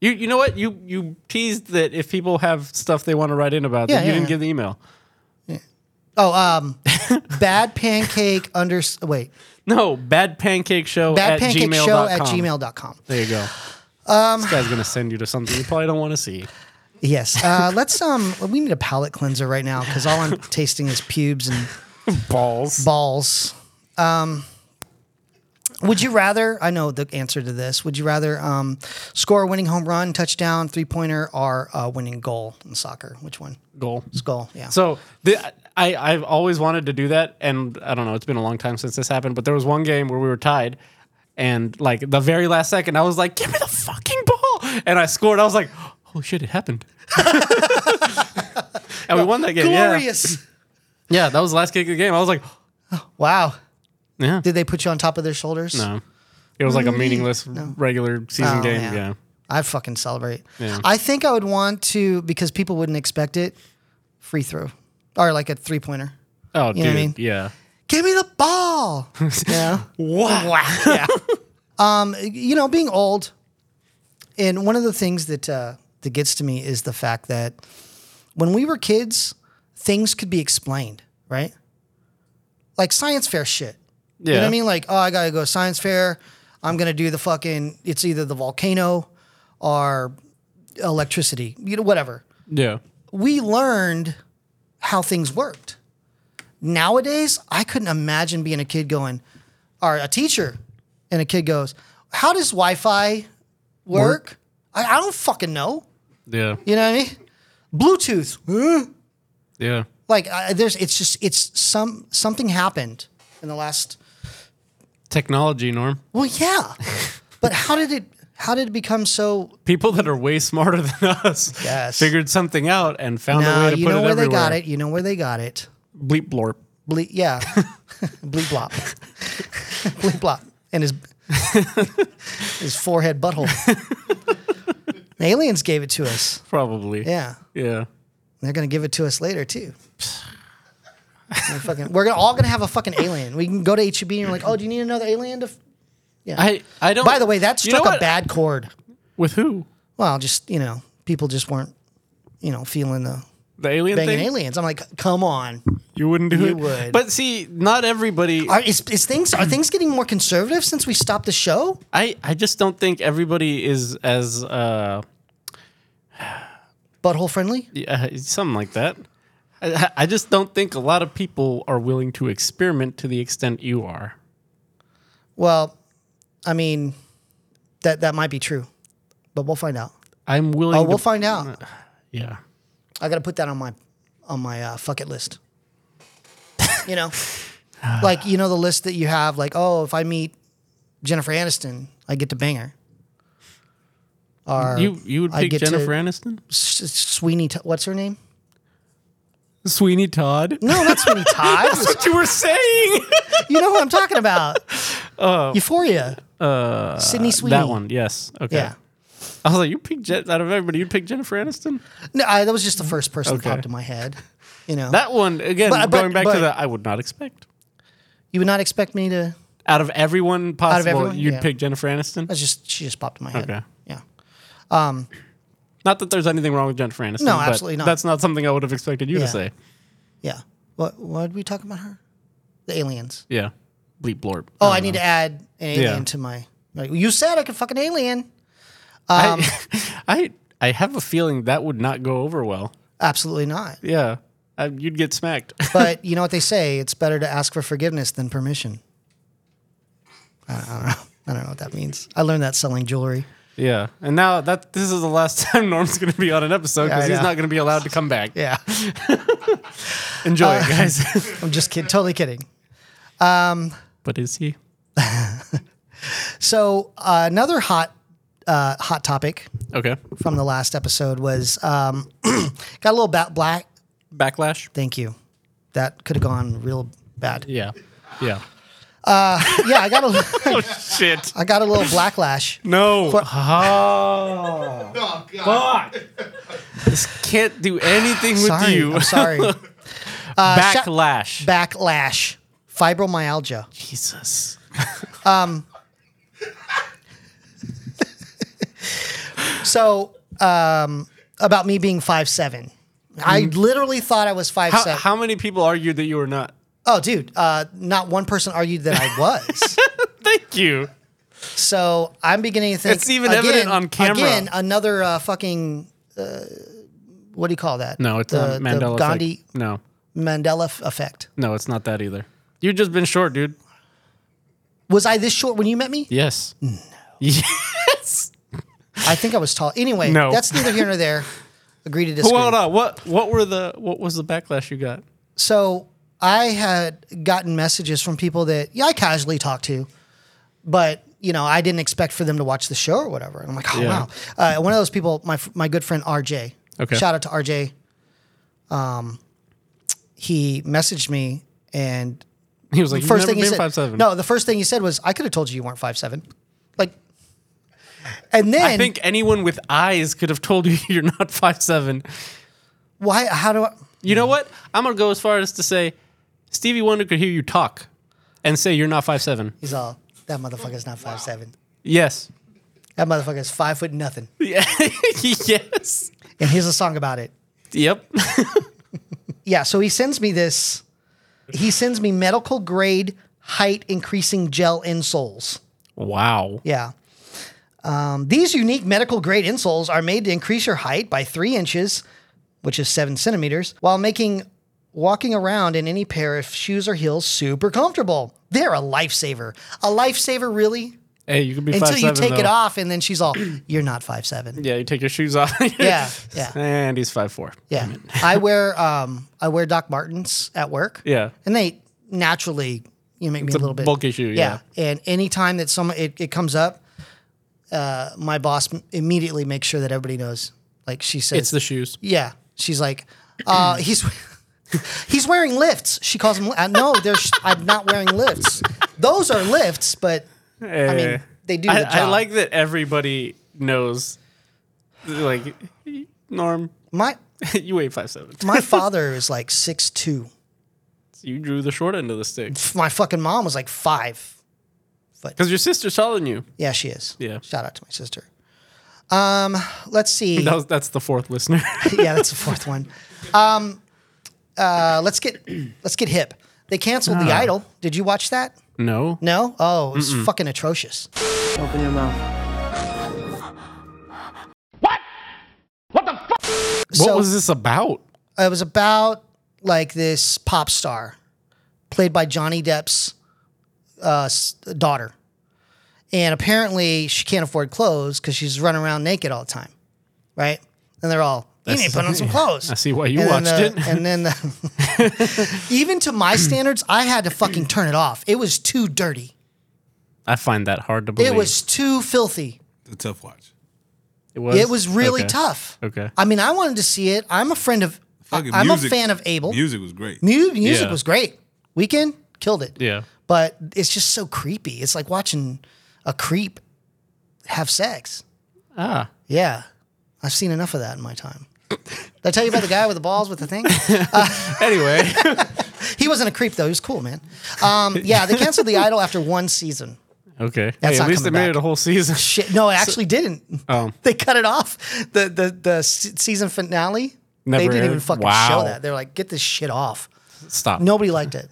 S1: You you know what? You you teased that if people have stuff they want to write in about,
S3: Yeah,
S1: that you
S3: yeah,
S1: didn't
S3: yeah.
S1: give the email.
S3: Oh,
S1: (laughs)
S3: um, bad pancake under, wait,
S1: No, badpancakeshow
S3: bad
S1: at
S3: pancake
S1: gmail.com.
S3: show at Um, gmail.com.
S1: There you go. this guy's gonna send you to something you probably don't want to see.
S3: Yes. Uh, (laughs) let's, um, we need a palate cleanser right now because all I'm tasting is pubes and
S1: Balls.
S3: balls. Um, would you rather? I know the answer to this. Would you rather um, score a winning home run, touchdown, three pointer, or a winning goal in soccer? Which one?
S1: Goal.
S3: It's goal. Yeah.
S1: So the, I I've always wanted to do that, and I don't know. It's been a long time since this happened, but there was one game where we were tied, and like the very last second, I was like, "Give me the fucking ball!" and I scored. I was like, "Oh shit, it happened." (laughs) and we won that game. yeah.
S3: glorious.
S1: Yeah, that was the last kick of the game. I was like,
S3: Wow.
S1: "Yeah."
S3: Did they put you on top of their shoulders?
S1: No. It was like a meaningless regular season
S3: Oh,
S1: game.
S3: yeah.
S1: Yeah.
S3: I fucking celebrate.
S1: Yeah.
S3: I think I would want to because people wouldn't expect it. Free throw or like a three pointer.
S1: Oh,
S3: know
S1: dude.
S3: what I mean?
S1: Yeah.
S3: Give me the ball. yeah.
S1: Wow.
S3: yeah. (laughs) Um, you know, being old, and one of the things that uh, that gets to me is the fact that when we were kids, things could be explained, right? Like science fair shit.
S1: Yeah.
S3: You know what I mean? Like, oh, I gotta go science fair. I'm gonna do the fucking. It's either the volcano or electricity. You know, whatever
S1: Yeah.
S3: we learned how things worked. Nowadays, I couldn't imagine being a kid going, or a teacher, and a kid goes, How does Wi Fi work? I, I don't fucking know.
S1: Yeah.
S3: You know what I mean? Bluetooth. huh?
S1: Mm-hmm. Yeah.
S3: Like, I, there's, it's just, it's some, something happened in the last,
S1: Technology, Norm. (laughs)
S3: well, yeah. but how did it, how did it become so
S1: People that are way smarter (laughs) than us
S3: Yes.
S1: figured something out and found a
S3: now?
S1: way to
S3: You
S1: put
S3: know
S1: it
S3: where
S1: everywhere.
S3: they got it. You know where they got it.
S1: Bleep blorp. (laughs)
S3: Bleep, yeah. Bleep blop. Bleep blop. And his his forehead butthole. the aliens gave it to us.
S1: Probably.
S3: Yeah.
S1: Yeah.
S3: They're gonna give it to us later too. We're, fucking, we're gonna, all gonna have a fucking alien. We can go to HEB and you're like, oh, do you need another alien to? F-?
S1: I, I don't.
S3: By the way, that
S1: You know
S3: struck a
S1: what?
S3: bad chord.
S1: With who?
S3: Well, just you know, people just weren't, you know, feeling the
S1: The alien
S3: banging
S1: thing?
S3: aliens. I'm like, come on.
S1: You wouldn't do
S3: You
S1: it.
S3: would.
S1: But see, not everybody.
S3: Are is, is things are things getting more conservative since we stopped the show?
S1: I, I just don't think everybody is as uh,
S3: Butthole friendly.
S1: yeah, something uh, like that. I, I just don't think a lot of people are willing to experiment to the extent you are.
S3: Well, I mean, that that might be true, but we'll find out.
S1: I'm willing.
S3: Oh,
S1: to-
S3: we'll find out.
S1: Yeah.
S3: I got to put that on my on my uh, fuck it list. (laughs)
S1: (sighs)
S3: You know, like you know the list that you have. Like, oh, if I meet Jennifer Aniston, I get to bang her. Or
S1: You you would
S3: I
S1: pick
S3: get to-
S1: Jennifer Aniston,
S3: S- S- Sweeney. T- what's her name?
S1: Sweeney Todd.
S3: No, not
S1: (laughs)
S3: Sweeney Todd.
S1: what you were saying.
S3: you know who I'm talking about? Euphoria. Uh, Sydney Sweeney.
S1: Oh. that one, yes. Okay.
S3: Yeah.
S1: I was like, you pick Je- out of everybody, you pick Jennifer Aniston.
S3: No, I, that was just the first person
S1: Okay.
S3: that popped in my head. You know,
S1: That one again.
S3: But- but-
S1: going back
S3: but-
S1: to the, I would not expect.
S3: you would not expect me to.
S1: Out of everyone possible,
S3: everyone?
S1: you'd
S3: Yeah.
S1: pick Jennifer Aniston.
S3: That's just she just popped in my head.
S1: Okay.
S3: Yeah.
S1: Not that there's anything wrong with Jennifer Aniston.
S3: No,
S1: but
S3: absolutely not.
S1: That's not something I would have expected you
S3: Yeah.
S1: to say.
S3: Yeah. What? Why did we talk about her? The aliens.
S1: Yeah. Bleep blorp.
S3: Oh, I, need to add an alien
S1: Yeah.
S3: to my. Like, you said I could fuck an alien. um,
S1: I, (laughs) I I have a feeling that would not go over well. (laughs)
S3: Absolutely not.
S1: Yeah. I, you'd get smacked.
S3: But you know what they say? It's better to ask for forgiveness than permission. I, I don't know. I don't know what that means. I learned that selling jewelry.
S1: yeah. And now that this is the last (laughs) time Norm's going to be on an episode
S3: Yeah, I
S1: because he's
S3: know.
S1: not going to be allowed to come back.
S3: Yeah. (laughs)
S1: Enjoy it, guys.
S3: I'm just kidding. Totally kidding.
S1: but is he?
S3: So uh, another hot, uh, hot topic
S1: Okay.
S3: from the last episode was um, (clears throat) got a little ba- black.
S1: Backlash?
S3: Thank you. That could have gone real bad.
S1: Yeah. (laughs) Yeah.
S3: Yeah, I got a,
S1: Oh, Shit.
S3: I got a little
S1: (laughs)
S3: blacklash.
S1: No. oh.
S3: (laughs)
S1: Fuck. This can't do anything with
S3: Sorry, Uh,
S1: you. (laughs)
S3: I'm sorry. shout-
S1: Backlash.
S3: Backlash, fibromyalgia.
S1: Jesus.
S3: So um, about me being five seven, I literally thought I was five
S1: Mm. How,
S3: seven.
S1: how many people argued that you were not?
S3: oh, dude, uh, not one person argued that
S1: (laughs)
S3: I was.
S1: Thank you.
S3: So I'm beginning to think
S1: It's even evident on camera.
S3: Again, another uh, fucking uh, what do you call that?
S1: No, it's
S3: the,
S1: not Mandela. effect.
S3: The Gandhi
S1: No,
S3: Mandela f- effect.
S1: no, it's not that either. You've just been short, dude.
S3: Was I this short when you met me?
S1: (laughs) Yes. No. Yes.
S3: I think I was tall. Anyway,
S1: No.
S3: that's neither here nor there.
S1: (laughs)
S3: Agree to disagree.
S1: Well, hold on. What what were the what was the backlash you got?
S3: So I had gotten messages from people that yeah, I casually talk to, but you know, I didn't expect for them to watch the show or whatever. And I'm like, oh
S1: Yeah.
S3: wow. Uh, one of those people, my f- my good friend RJ.
S1: Okay.
S3: Shout out to RJ. Um, he messaged me and
S1: He was like,
S3: first thing he
S1: been
S3: said,
S1: five seven.
S3: no, the first thing he said was, I could have told you you weren't five seven, like. And then
S1: I think anyone with eyes could have told you (laughs) you're not five seven.
S3: why? How do I?
S1: You know what? I'm gonna go as far as to say Stevie Wonder could hear you talk and say you're not five seven.
S3: He's all that motherfucker's not five seven.
S1: Yes. (laughs)
S3: That motherfucker's five foot nothing.
S1: Yeah. yes.
S3: And here's a song about it.
S1: Yep.
S3: yeah, so he sends me this. He sends me medical grade height increasing gel insoles.
S1: Wow.
S3: Yeah. Um, these unique medical grade insoles are made to increase your height by three inches, which is seven centimeters, while making walking around in any pair of shoes or heels super comfortable. They're a lifesaver. A lifesaver, really?
S1: Hey, you could be
S3: Until
S1: five
S3: you
S1: seven.
S3: take it off, and then she's all, (clears throat) "You're not five seven.
S1: Yeah, you take your shoes off. (laughs)
S3: Yeah, yeah.
S1: And he's five four.
S3: Yeah, (laughs) I wear um I wear Doc Martens at work.
S1: Yeah.
S3: and they naturally you know, make me
S1: a
S3: a little bit
S1: bulky shoe, yeah.
S3: and anytime that some it, it comes up, uh, my boss m- immediately makes sure that everybody knows. Like she says,
S1: It's the shoes.
S3: yeah. She's like,
S1: (clears throat)
S3: uh, he's (laughs) he's wearing lifts. She calls him. li- Uh, no, there's I'm not wearing lifts. Those are lifts, but I mean they do. The
S1: Eh. I,
S3: job.
S1: I like that everybody knows. Like Norm,
S3: my
S1: (laughs) you weigh five seven. (laughs)
S3: my father is like six two.
S1: You drew the short end of the (laughs) stick
S3: My fucking mom was like five.
S1: because your sister's telling you.
S3: Yeah, she is.
S1: Yeah.
S3: Shout out to my sister. Um, let's see.
S1: That was, that's the fourth listener.
S3: (laughs) yeah, that's the fourth one. Um, uh, let's get let's get hip. They canceled The
S1: Ah.
S3: Idol. Did you watch that?
S1: (laughs) no.
S3: No. Oh, it's fucking atrocious.
S6: Open your mouth.
S3: so
S1: what was this about?
S3: it was about like this pop star played by Johnny Depp's uh, s- daughter. And apparently she can't afford clothes because she's running around naked all the time, right? And they're all, you need to put on
S1: (laughs)
S3: some clothes.
S1: I see why you
S3: then
S1: watched
S3: the-
S1: it.
S3: And then, the, even to my standards, I had to fucking turn it off. It was too dirty.
S1: (laughs) I find that hard to believe.
S3: It was too filthy.
S2: a tough watch.
S1: It was.
S3: It was really
S1: Okay.
S3: tough.
S1: Okay.
S3: I mean, I wanted to see it. I'm a friend of. I,
S2: Fucking
S3: am
S2: music-
S3: a fan of Abel. Music,
S2: Music was great.
S3: music
S1: Yeah.
S3: was great. Weekend killed it.
S1: Yeah.
S3: But it's just so creepy. It's like watching a creep have sex.
S1: Ah.
S3: Yeah, I've seen enough of that in my time. Did I tell you about the guy with the balls with
S1: (laughs)
S3: the thing?
S1: (laughs) Anyway,
S3: He wasn't a creep though. He was cool, man. Um, yeah, they canceled the Idol after one season.
S1: (laughs) okay.
S3: That's
S1: Hey,
S3: not
S1: at least they
S3: coming
S1: made
S3: back.
S1: it a whole
S3: (laughs)
S1: season.
S3: Shit, no, it actually didn't.
S1: Oh.
S3: (laughs) They cut it off. The the the se- season finale.
S1: Never
S3: they didn't
S1: aired?
S3: even fucking
S1: Wow.
S3: show that. They're like, get this shit off.
S1: Stop.
S3: Nobody liked it.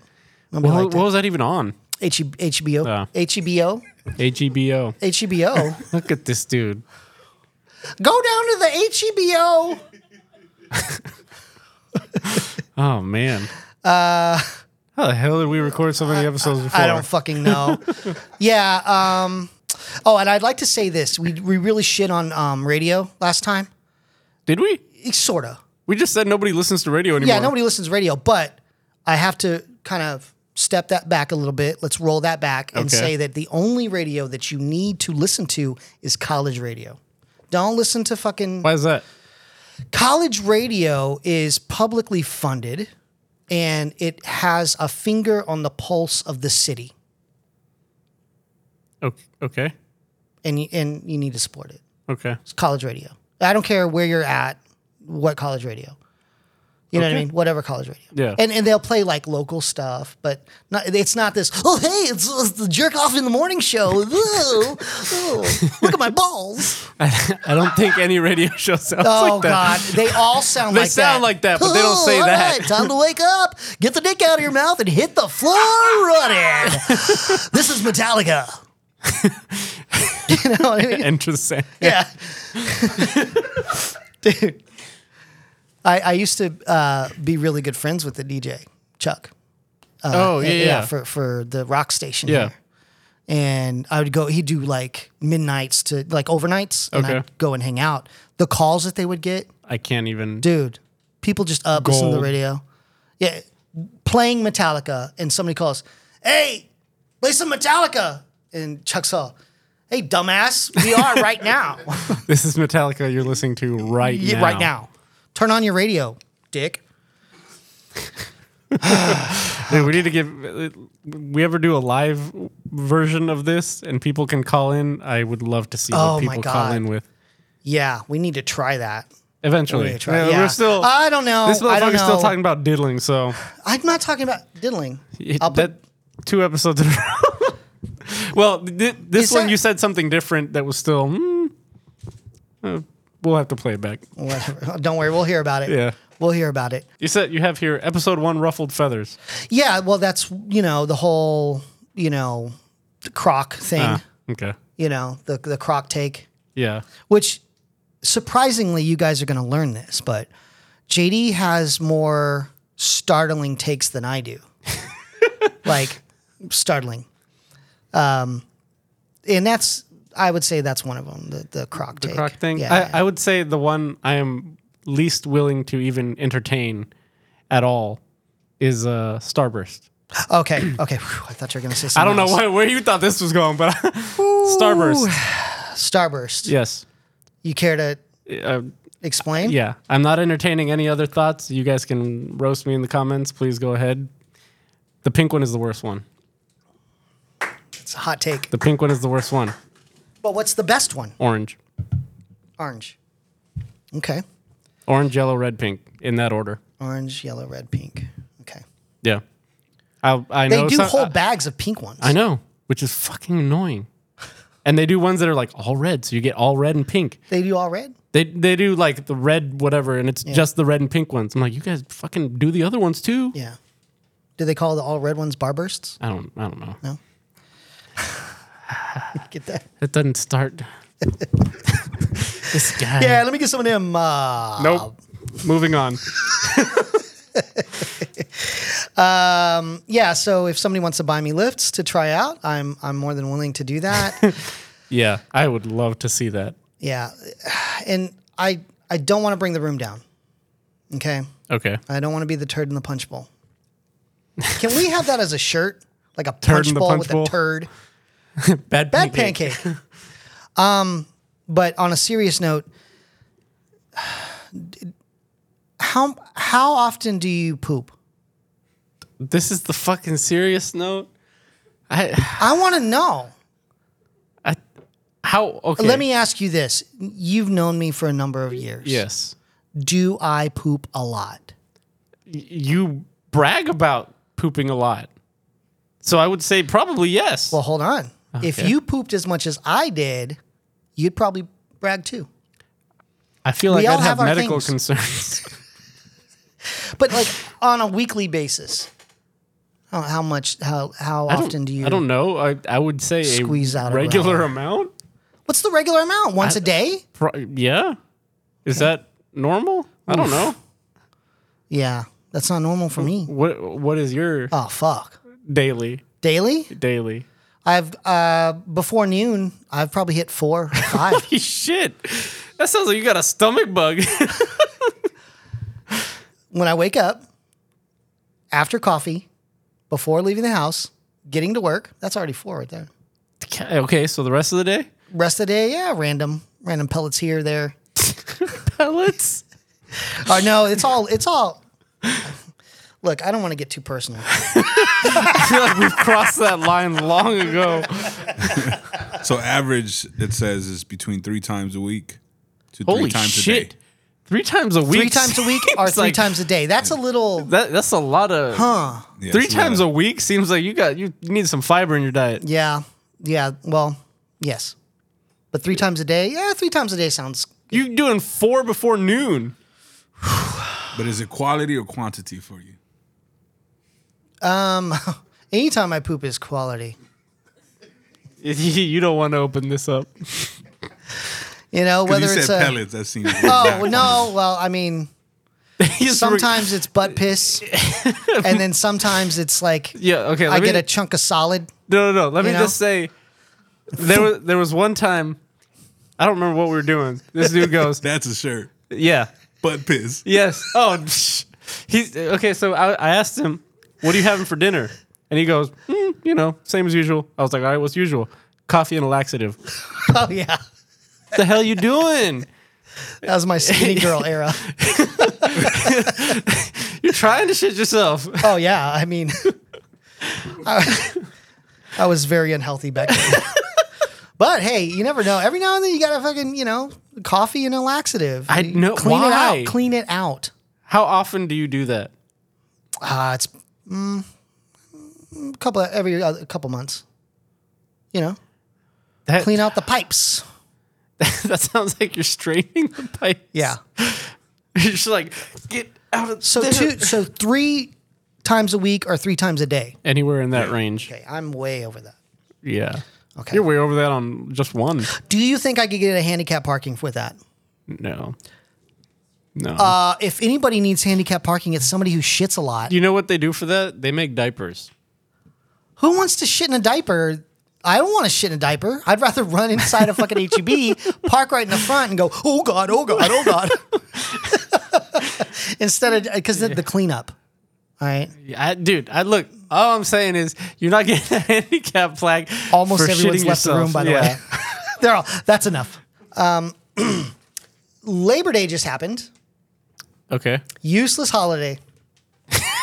S3: Nobody
S1: What,
S3: liked
S1: what was that even on?
S3: it. H- E HBO.
S1: Uh.
S3: HBO.
S1: HBO.
S3: HBO.
S1: Look at this dude.
S3: E Go down to the E HBO.
S1: Oh man. Uh. How the hell did we record so many episodes before?
S3: I don't fucking know. yeah. Um, oh, and I'd like to say this. We, we really shit on um, radio last time.
S1: Did we?
S3: Sort of.
S1: We just said nobody listens to radio anymore.
S3: Yeah, nobody listens to radio, but I have to kind of step that back a little bit. Let's roll that back
S1: Okay.
S3: and say that the only radio that you need to listen to is college radio. Don't listen to fucking
S1: Why is that?
S3: college radio is publicly funded and it has a finger on the pulse of the city
S1: O- Okay.
S3: and you, and you need to support it.
S1: Okay.
S3: It's college radio. I don't care where you're at, what college radio. You know what I
S1: Okay.
S3: mean? Whatever college radio.
S1: Yeah.
S3: And and they'll play like local stuff, but not, it's not this. Oh hey, it's, it's the jerk off in the morning show.
S1: (laughs)
S3: Ooh, ooh, look at my balls.
S1: I don't think any radio (laughs) show sounds
S3: Oh
S1: like that.
S3: God, they all sound
S1: They
S3: like that.
S1: sound like that, but they don't
S3: "Oh,
S1: say
S3: all
S1: that."
S3: right, time to wake up, get the dick out of your mouth, and hit the
S1: (laughs)
S3: floor running. this is Metallica. (laughs) you know what I mean?
S1: Enter the sand.
S3: yeah. (laughs) Dude, I, I used to uh, be really good friends with the DJ, Chuck.
S1: oh yeah, yeah.
S3: Uh, for, for the rock station.
S1: Yeah.
S3: here. And I would go, he'd do like midnights to like overnights. And
S1: Okay.
S3: I'd go and hang out. The calls that they would get,
S1: I can't even.
S3: dude, people just up, listen to the
S1: Gold.
S3: radio. Yeah. Playing Metallica, and somebody calls, hey, play some Metallica. And Chuck's all, hey, dumbass, we are right
S1: (laughs)
S3: now.
S1: (laughs) This is Metallica you're listening to right
S3: Ye-
S1: now.
S3: right now. Turn on your radio, dick.
S1: Dude, we need to give. We ever do a live version of this and people can call in? I would love to see
S3: Oh,
S1: what
S3: my
S1: people call
S3: God.
S1: in with.
S3: Yeah, we need to try that.
S1: Eventually,
S3: We need to try-
S1: Yeah,
S3: yeah.
S1: we're still.
S3: I don't know.
S1: This
S3: I don't
S1: motherfucker's still
S3: know.
S1: talking about diddling. So
S3: I'm not talking about diddling.
S1: it-
S3: I'll put-
S1: that two episodes in a row. (laughs) well, thi- this
S3: Is
S1: one
S3: that-
S1: you said something different that was still. Hmm, uh, we'll have to play it back.
S3: (laughs) whatever. Don't worry, we'll hear about it.
S1: Yeah.
S3: We'll hear about it.
S1: You said you have here episode one, ruffled feathers.
S3: Yeah, well, that's, you know, the whole, you know, croc thing,
S1: Ah, okay.
S3: you know, the, the croc take,
S1: Yeah.
S3: which surprisingly, you guys are going to learn this, but JD has more startling takes than
S1: (laughs)
S3: I do. like, startling. Um, and that's, I would say that's one of them, the, the croc take.
S1: Croc thing.
S3: Yeah.
S1: I, I would say the one I am least willing to even entertain at all is uh, Starburst.
S3: okay. Okay. Whew, I thought you were going to say something.
S1: I don't know
S3: else.
S1: why, where you thought this was going, but (laughs) Starburst.
S3: Starburst.
S1: Yes.
S3: You care to
S1: Uh,
S3: explain?
S1: yeah. I'm not entertaining any other thoughts. You guys can roast me in the comments. Please go ahead. The pink one is the worst one.
S3: It's a hot take.
S1: The pink one is the worst one.
S3: But what's the best one?
S1: Orange.
S3: Orange. Okay.
S1: Orange, yellow, red, pink in that order.
S3: Orange, yellow, red, pink. Okay.
S1: Yeah. I, I
S3: They
S1: know
S3: do
S1: some-
S3: whole
S1: I-
S3: bags of pink ones.
S1: I know, which is fucking annoying. And they do ones that are like all red, so you get all red and pink.
S3: They do all red?
S1: They they do like the red whatever, and it's just the red and pink ones. I'm like, you guys fucking do the other ones too.
S3: Yeah. Do they call the all red ones bar bursts?
S1: I don't I don't know.
S3: No. Get that.
S1: It doesn't start.
S3: (laughs)
S1: this guy.
S3: Yeah, let me get some of them. Uh,
S1: Nope. Moving on.
S3: Um, yeah, so if somebody wants to buy me lifts to try out, I'm I'm more than willing to
S1: (laughs)
S3: do that.
S1: Yeah, I would love to see that.
S3: yeah, and I I don't want to bring the room down. Okay,
S1: Okay.
S3: I don't want to be the turd in the punch bowl. Can we have that as a shirt, like a
S1: Turd in
S3: punch
S1: the
S3: bowl
S1: punch
S3: with
S1: bowl?
S3: a turd?
S1: Bad,
S3: Bad pancake.
S1: (laughs)
S3: um, but on a serious note, (sighs) how how often do you poop?
S1: This is the fucking serious note. I
S3: I want to know.
S1: I how okay.
S3: Let me ask you this: You've known me for a number of years.
S1: Yes.
S3: Do I poop a lot?
S1: Y- You brag about pooping a lot. So I would say probably yes.
S3: Well, hold on. If you pooped as much as I did, you'd probably brag too.
S1: I feel like
S3: we all
S1: I'd have,
S3: have our
S1: medical
S3: things. (laughs)
S1: concerns.
S3: But like (laughs) on a weekly basis, how, how much? How how
S1: I don't-
S3: often do you?
S1: I don't know. I, I would say
S3: Squeeze
S1: a
S3: out a
S1: regular
S3: growler?
S1: amount.
S3: What's the regular amount? Once a day?
S1: Pro- yeah. Is that normal? I don't know.
S3: Yeah, that's not normal for me.
S1: What what is your
S3: Oh fuck.
S1: daily
S3: Daily?
S1: daily? (laughs)
S3: I've uh before noon, I've probably hit four, or five.
S1: Shit. That sounds like you got a stomach bug. (laughs)
S3: when I wake up, after coffee, before leaving the house, getting to work, that's already four right there.
S1: okay, so the rest of the day?
S3: Rest of the day, yeah, random, random pellets here, there.
S1: Pellets? (laughs)
S3: Oh no, it's all, it's all. (laughs) Look, I don't want to get
S2: (laughs)
S3: too personal.
S1: I feel like we've crossed that line long ago.
S2: So average, it says, is between three times a week to
S1: Holy
S2: three times
S1: shit.
S2: a day.
S1: Three times a week.
S3: Three times
S1: (laughs)
S3: a week or
S1: seems
S3: three
S1: like-
S3: times a day. That's
S2: (laughs)
S3: a little,
S1: That, that's a lot of
S3: huh?
S2: Yeah,
S1: Three
S2: it's lot
S1: times
S2: of-
S1: a week seems like you got you need some fiber in your diet.
S3: Yeah, yeah. Well, yes, but three times a day, yeah, three times a day sounds.
S1: You doing four before noon.
S2: But is it quality or quantity for you?
S3: Anytime I poop is quality.
S1: (laughs) you don't want to open this up.
S3: You know,
S2: 'Cause
S3: whether
S2: you
S3: it's
S2: said
S3: a
S2: pellets, that seems.
S3: oh no, well, I mean.
S1: (laughs) He's re-
S3: sometimes it's butt piss, and then sometimes it's like
S1: (laughs) yeah. Okay. Let
S3: I
S1: me,
S3: get a chunk of solid. (laughs)
S1: No, no, no. Let me
S3: You know?
S1: just say, there was there was one time, I don't remember what we were doing. This dude goes,
S2: That's a shirt.
S1: (laughs) yeah,
S2: Butt piss.
S1: yes. Oh, (laughs) psh. he's okay. So I, I asked him, what are you having for dinner? And he goes, "Mm, you know, same as usual. I was like, all right, what's usual? Coffee and a laxative.
S3: Oh yeah,
S1: the hell you doing?
S3: that was
S1: (laughs)
S3: my skinny girl era.
S1: You're trying to shit yourself.
S3: Oh yeah, I mean, (laughs) I, I was very unhealthy
S1: (laughs)
S3: back then. But hey, you never know. Every now and then you gotta fucking you know coffee and a laxative.
S1: I know-
S3: Clean
S1: why?
S3: it out. Clean it out.
S1: How often do you do that?
S3: Uh, it's mm, a couple of, every other, couple months. You know,
S1: That,
S3: clean out the pipes.
S1: (laughs) that sounds like you're straightening the pipe.
S3: Yeah.
S1: (laughs) You're just like, get out of
S3: So
S1: there."
S3: two, so three times a week or three times a day.
S1: Anywhere in that range.
S3: Okay, I'm way over that.
S1: Yeah.
S3: Okay.
S1: You're way over that on just one.
S3: Do you think I could get a handicap parking with that?
S1: No. No.
S3: Uh, if anybody needs handicap parking, it's somebody who shits a lot.
S1: you know what they do for that? They make diapers.
S3: who wants to shit in a diaper? I don't want to shit in a diaper. I'd rather run inside a fucking HEB, park right in the front, and go, oh god, oh god, oh god. Instead of because the, the cleanup. All right.
S1: Yeah, I, dude, I look. All I'm saying is you're not getting (laughs) a handicap flag.
S3: Almost
S1: for
S3: everyone's
S1: shitting
S3: left the room,
S1: yourself.
S3: by the
S1: Yeah.
S3: way. (laughs) They're all. That's enough. Um, (clears throat) Labor Day just happened.
S1: Okay.
S3: Useless holiday.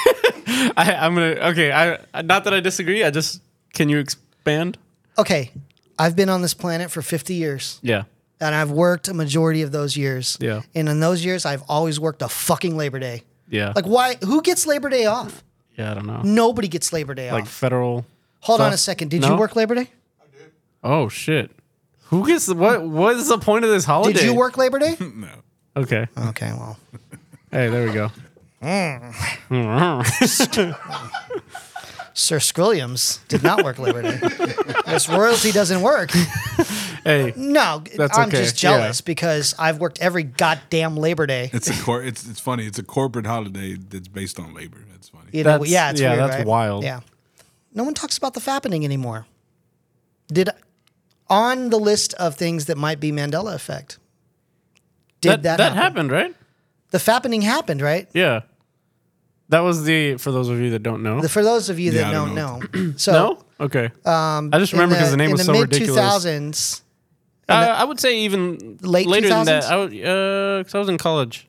S1: I, I'm gonna. Okay. I I- not that I disagree. I just can you expand?
S3: Okay, I've been on this planet for 50 years.
S1: Yeah.
S3: and I've worked a majority of those years.
S1: Yeah.
S3: And in those years, I've always worked a fucking Labor Day.
S1: Yeah.
S3: Like, why? Who gets Labor Day off?
S1: yeah. I don't know.
S3: Nobody gets Labor Day
S1: Like
S3: off.
S1: federal.
S3: Hold on a
S1: stuff?
S3: second. Did
S1: No?
S3: you work Labor Day?
S1: Oh shit. Who gets the, what? What is the point of this holiday?
S3: Did you work Labor Day?
S2: No.
S1: Okay.
S3: okay, well,
S1: Hey, there we go. (laughs)
S3: Sir Scrilliams did not work Labor Day. this royalty doesn't work.
S1: Hey,
S3: No,
S1: That's
S3: I'm
S1: okay,
S3: just jealous
S1: yeah.
S3: because I've worked every goddamn Labor Day.
S2: It's a cor- it's it's funny. It's a corporate holiday that's based on labor. That's funny.
S3: You know,
S1: That's-
S3: yeah, it's
S1: yeah,
S3: weird,
S1: that's
S3: right?
S1: wild.
S3: Yeah, no one talks about the fappening anymore. Did on the list of things that might be Mandela effect? Did that, happen?
S1: happened, right?
S3: The fappening happened, right?
S1: Yeah. That was the for those of you that don't know.
S3: The- For those of you that
S2: Yeah, I
S3: don't
S2: don't
S3: know,
S2: know. (clears throat)
S3: so
S1: no? Okay. Um I just remember because the, name
S3: in
S1: was
S3: the
S1: so
S3: mid
S1: ridiculous.
S3: 2000s,
S1: Uh, I would say even
S3: Late
S1: later than
S3: 2000s?
S1: that. I would, uh, 'cause I was in college.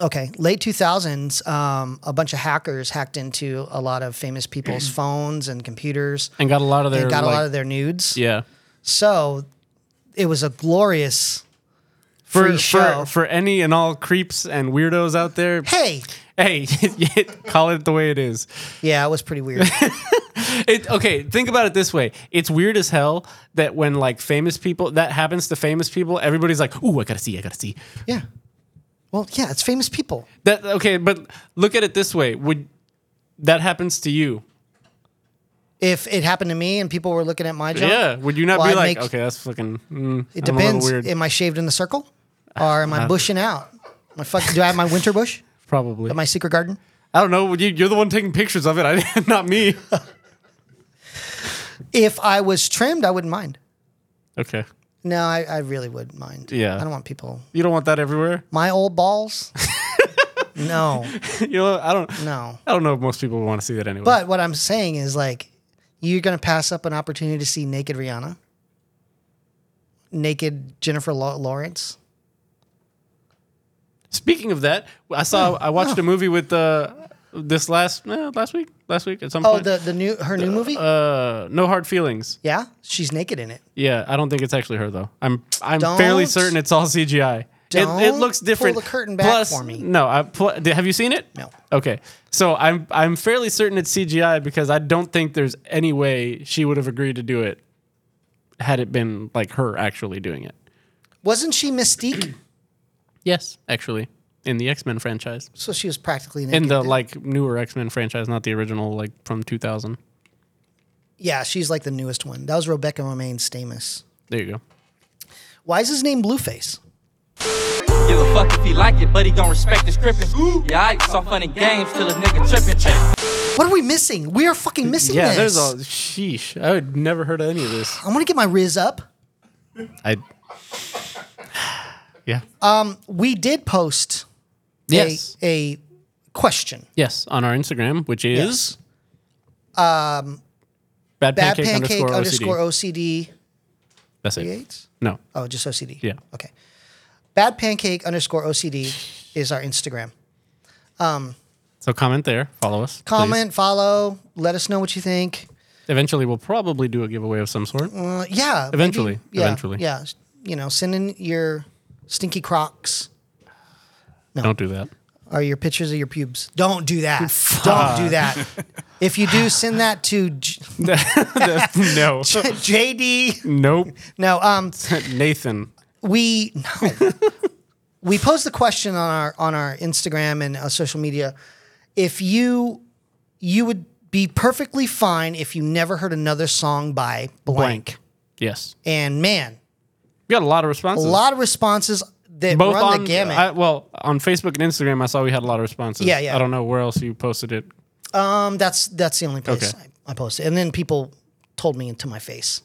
S3: okay, late 2000s, um, a bunch of hackers hacked into a lot of
S1: (clears throat)
S3: famous people's phones and computers
S1: And got a lot of their
S3: and got a lot
S1: like-
S3: of their nudes.
S1: Yeah.
S3: So it was a glorious free
S1: for,
S3: show.
S1: for for any and all creeps and weirdos out there.
S3: hey,
S1: Hey, (laughs) call it the way it is.
S3: yeah, it was pretty
S1: (laughs)
S3: weird.
S1: It, okay, think about it this way. It's weird as hell that when like famous people that happens to famous people, everybody's like, "Ooh, I gotta see, I gotta see."
S3: yeah. Well, yeah, it's famous people.
S1: That okay, but look at it this way. Would that happens to you?
S3: If it happened to me and people were looking at my junk,
S1: Yeah. Would you not
S3: Well,
S1: be
S3: I'd
S1: like,
S3: make-
S1: okay, that's fucking. Mm,
S3: It
S1: I'm a little
S3: depends.
S1: Weird, Uh,
S3: Am I shaved in the circle, or am I bushing out? My fuck, do I have my winter bush?
S1: probably.
S3: At my secret garden?
S1: I don't know. would You, you're the one taking pictures of it. (laughs) I, not me.
S3: If I was trimmed, I wouldn't mind.
S1: okay.
S3: No, I, I really would mind.
S1: Yeah.
S3: I don't want people.
S1: You don't want that everywhere. (laughs)
S3: My old balls. no,
S1: you know, I don't.
S3: no.
S1: I don't know if most people would want to see that anyway.
S3: But what I'm saying is, like, you're gonna pass up an opportunity to see naked Rihanna, naked Jennifer Law- Lawrence.
S1: Speaking of that, I saw I watched
S3: (laughs)
S1: a movie with uh, this last eh, last week last week at some
S3: Oh,
S1: point.
S3: the the new her new movie.
S1: uh, no hard feelings.
S3: yeah, she's naked in it.
S1: Yeah, I don't think it's actually her though. I'm I'm fairly
S3: Don't-
S1: certain it's all CGI. it, it
S3: Don't
S1: looks
S3: pull
S1: different.
S3: the curtain back
S1: Plus-
S3: for me.
S1: No, I pl- di- have you seen it?
S3: No.
S1: Okay, so I'm I'm fairly certain it's CGI because I don't think there's any way she would have agreed to do it had it been like her actually doing it.
S3: Wasn't she Mystique? (clears throat)
S1: Yes, actually, in the X Men franchise.
S3: so she was practically naked.
S1: in the like newer X Men franchise, not the original, like from 2000.
S3: yeah, she's like the newest one. That was Rebecca Romaine Stamus.
S1: There you go.
S3: Why is his name Blueface?
S6: Give a fuck if he like it, but he gon' respect the scripting. Yeah, I saw funny games till a nigga trippin'.
S3: What are we missing? We are fucking missing
S1: Yeah,
S3: this.
S1: there's a sheesh. I would never heard of any of this.
S3: I want to get my Riz up.
S1: I. Yeah.
S3: We did post
S1: yes.
S3: a, a question.
S1: yes, on our Instagram, which is
S3: Yes.
S1: bad,
S3: Bad
S1: pancake,
S3: pancake
S1: underscore,
S3: underscore
S1: OCD.
S3: OCD.
S1: That's it.
S3: creates?
S1: No.
S3: Oh, just OCD.
S1: Yeah.
S3: Okay. Bad pancake underscore OCD is our Instagram.
S1: So comment there. Follow us. please.
S3: Comment, follow, let us know what you think.
S1: Eventually, we'll probably do a giveaway of some sort.
S3: Uh, yeah. maybe-
S1: Eventually,
S3: yeah.
S1: eventually.
S3: Yeah. You know, send in your stinky crocs
S1: Don't do
S3: (laughs)
S1: that.
S3: or your pictures of your pubes. Don't do that. Don't do that. If you do, send that to J- (laughs)
S1: no.
S3: JD.
S1: nope. (laughs)
S3: No, um,
S1: Nathan.
S3: we no. (laughs) we posed the question on our on our Instagram and uh, social media. If you you would be perfectly fine if you never heard another song by blank.
S1: Blank. Yes.
S3: And man,
S1: We got a lot of
S3: a
S1: responses.
S3: lot of responses that
S1: both
S3: run
S1: on uh,
S3: the gamut.
S1: I, well on Facebook and Instagram. I saw we had a lot of responses.
S3: Yeah, yeah.
S1: I don't know where else you posted it. (laughs)
S3: um, that's that's the only place
S1: Okay.
S3: I, I posted, and then people told me into my face.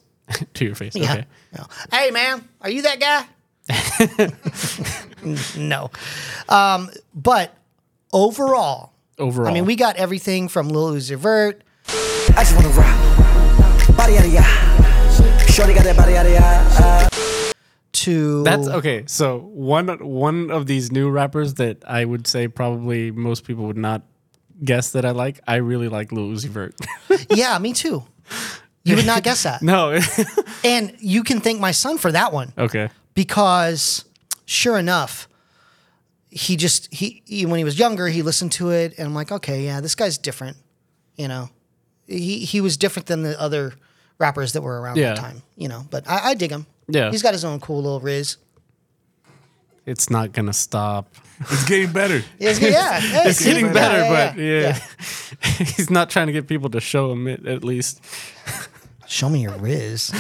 S1: to your face.
S3: Yeah.
S1: Okay.
S3: Yeah. Hey, man, are you
S1: (laughs)
S3: that guy? (laughs) no. Um, but overall,
S1: Overall.
S3: I mean, we got everything from Lil Uzi Vert.
S7: I just wanna rock. Body out of ya. Shorty got that body out of ya. Uh,
S3: to
S1: that's okay. So one one of these new rappers that I would say probably most people would not guess that I like. I really like Lil Uzi Vert.
S3: (laughs)
S1: (laughs)
S3: yeah, me too. You would not guess that.
S1: no.
S3: And you can thank my son for that one
S1: okay.
S3: because, sure enough, he just he, he when he was younger he listened to it and I'm like, okay, yeah, this guy's different. You know, he he was different than the other rappers that were around
S1: Yeah.
S3: at the time. You know, but I, I dig him.
S1: Yeah.
S3: he's got his own cool little
S1: (laughs)
S3: riz.
S1: It's not gonna stop.
S2: It's getting better.
S3: (laughs) It's, yeah,
S1: It's getting better, but yeah.
S3: yeah.
S1: (laughs) He's not trying to get people to show him it at least.
S3: Show me your riz.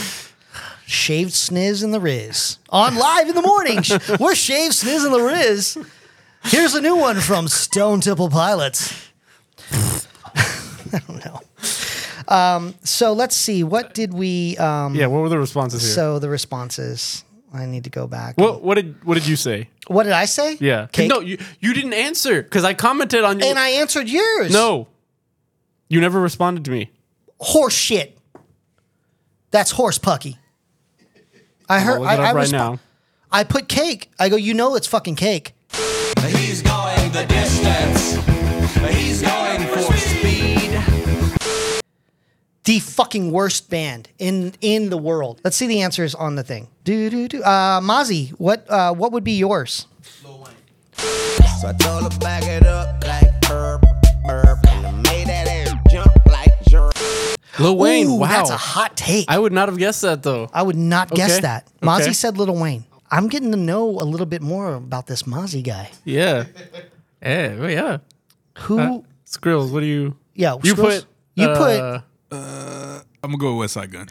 S3: Shaved Sniz and the Riz. On live in the morning, sh- we're Shaved Sniz and the Riz. Here's a new one from Stone Temple Pilots. (laughs) I don't know. Um, so let's see. What did we. Um,
S1: Yeah, what were the responses here?
S3: So the responses. I need to go back.
S1: what, what did what did you say?
S3: What did I say?
S1: Yeah.
S3: Cake.
S1: No, you, you didn't answer because I commented on your.
S3: and I answered yours.
S1: no. You never responded to me.
S3: horse shit. That's horse pucky. I
S1: I'll
S3: heard.
S1: look it
S3: I, I,
S1: up right
S3: respo-
S1: now.
S3: I put cake. I go. You know it's fucking cake.
S8: He's going the distance. He's going for speed.
S3: The fucking worst band in in the world. Let's see the answers on the thing. Do do do. Uh, Mozzie, what uh, what would be yours?
S8: So I told her back it up like herb, herb. And I made that ass jump like jerk.
S1: Lil Wayne.
S3: Ooh,
S1: wow.
S3: that's a hot take.
S1: I would not have guessed that though.
S3: I would not guess
S1: Okay.
S3: that. Mozzie
S1: Okay.
S3: said Little Wayne. I'm getting to know a little bit more about this Mozzie guy.
S1: Yeah. yeah. well, yeah.
S3: Who?
S1: Uh, Skrills, what do you?
S3: yeah.
S1: You
S3: Skrills?
S1: put.
S3: You put.
S1: uh,
S2: I'm gonna go with West Side Gun.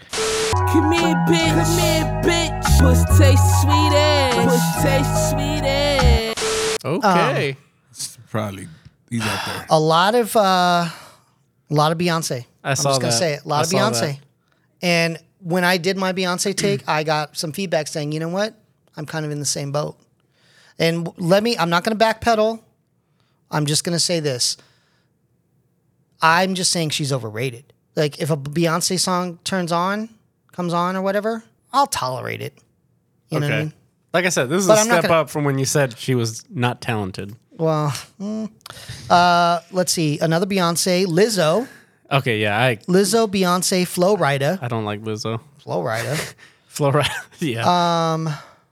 S9: Come here, bitch. Come here, bitch. Puss taste sweet ass. Puss taste sweet ass.
S1: Okay.
S3: um,
S2: It's probably he's out there.
S3: a lot of uh, a lot of Beyonce.
S1: I
S3: am
S1: saw
S3: just gonna
S1: that.
S3: say it. A lot
S1: I
S3: of
S1: saw
S3: Beyonce.
S1: that.
S3: And when I did my Beyonce take, I got some feedback saying, you know what, I'm kind of in the same boat. And w- let me. I'm not gonna backpedal. I'm just gonna say this. I'm just saying she's overrated. Like if a Beyonce song turns on, comes on or whatever, I'll tolerate it. You know what I
S1: okay.
S3: mean?
S1: Like I said, this is
S3: But
S1: a
S3: I'm not
S1: step
S3: gonna-
S1: up from when you said she was not talented.
S3: Well, mm. uh, let's see. Another Beyonce, Lizzo,
S1: Okay, yeah, I
S3: Lizzo, Beyonce, Flow Rida.
S1: I don't like Lizzo.
S3: Flow Rida.
S1: Flora. (laughs) yeah. Um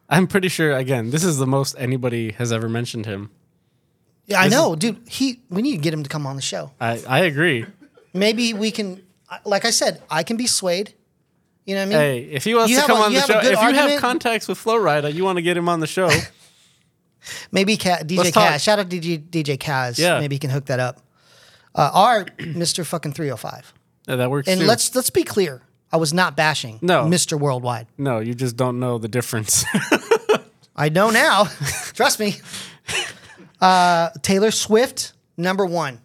S1: I'm pretty sure again, this is the most anybody has ever mentioned him.
S3: Yeah, I
S1: This
S3: know, dude. He we need to get him to come on the show.
S1: I, I agree.
S3: Maybe we can. I- Like I said, I can be swayed. You know what I mean?
S1: Hey, if he wants
S3: You
S1: to
S3: have
S1: come
S3: a-
S1: on
S3: you
S1: the
S3: have a
S1: show, if
S3: good
S1: you have
S3: argument?
S1: contacts with Flowrider, you want to get him on the
S3: (laughs)
S1: show.
S3: Maybe Ca-
S1: Let's
S3: DJ
S1: talk.
S3: Kaz. Shout out DJ DJ Kaz.
S1: Yeah.
S3: Maybe he can hook that up. Uh, our (clears throat) Mr. Fucking 305.
S1: Yeah, that works
S3: And
S1: too.
S3: let's let's be clear. I was not bashing.
S1: No.
S3: Mr. Worldwide.
S1: no, you just don't know the difference. (laughs)
S3: I know now. (laughs) Trust me. Uh, Taylor Swift, number one.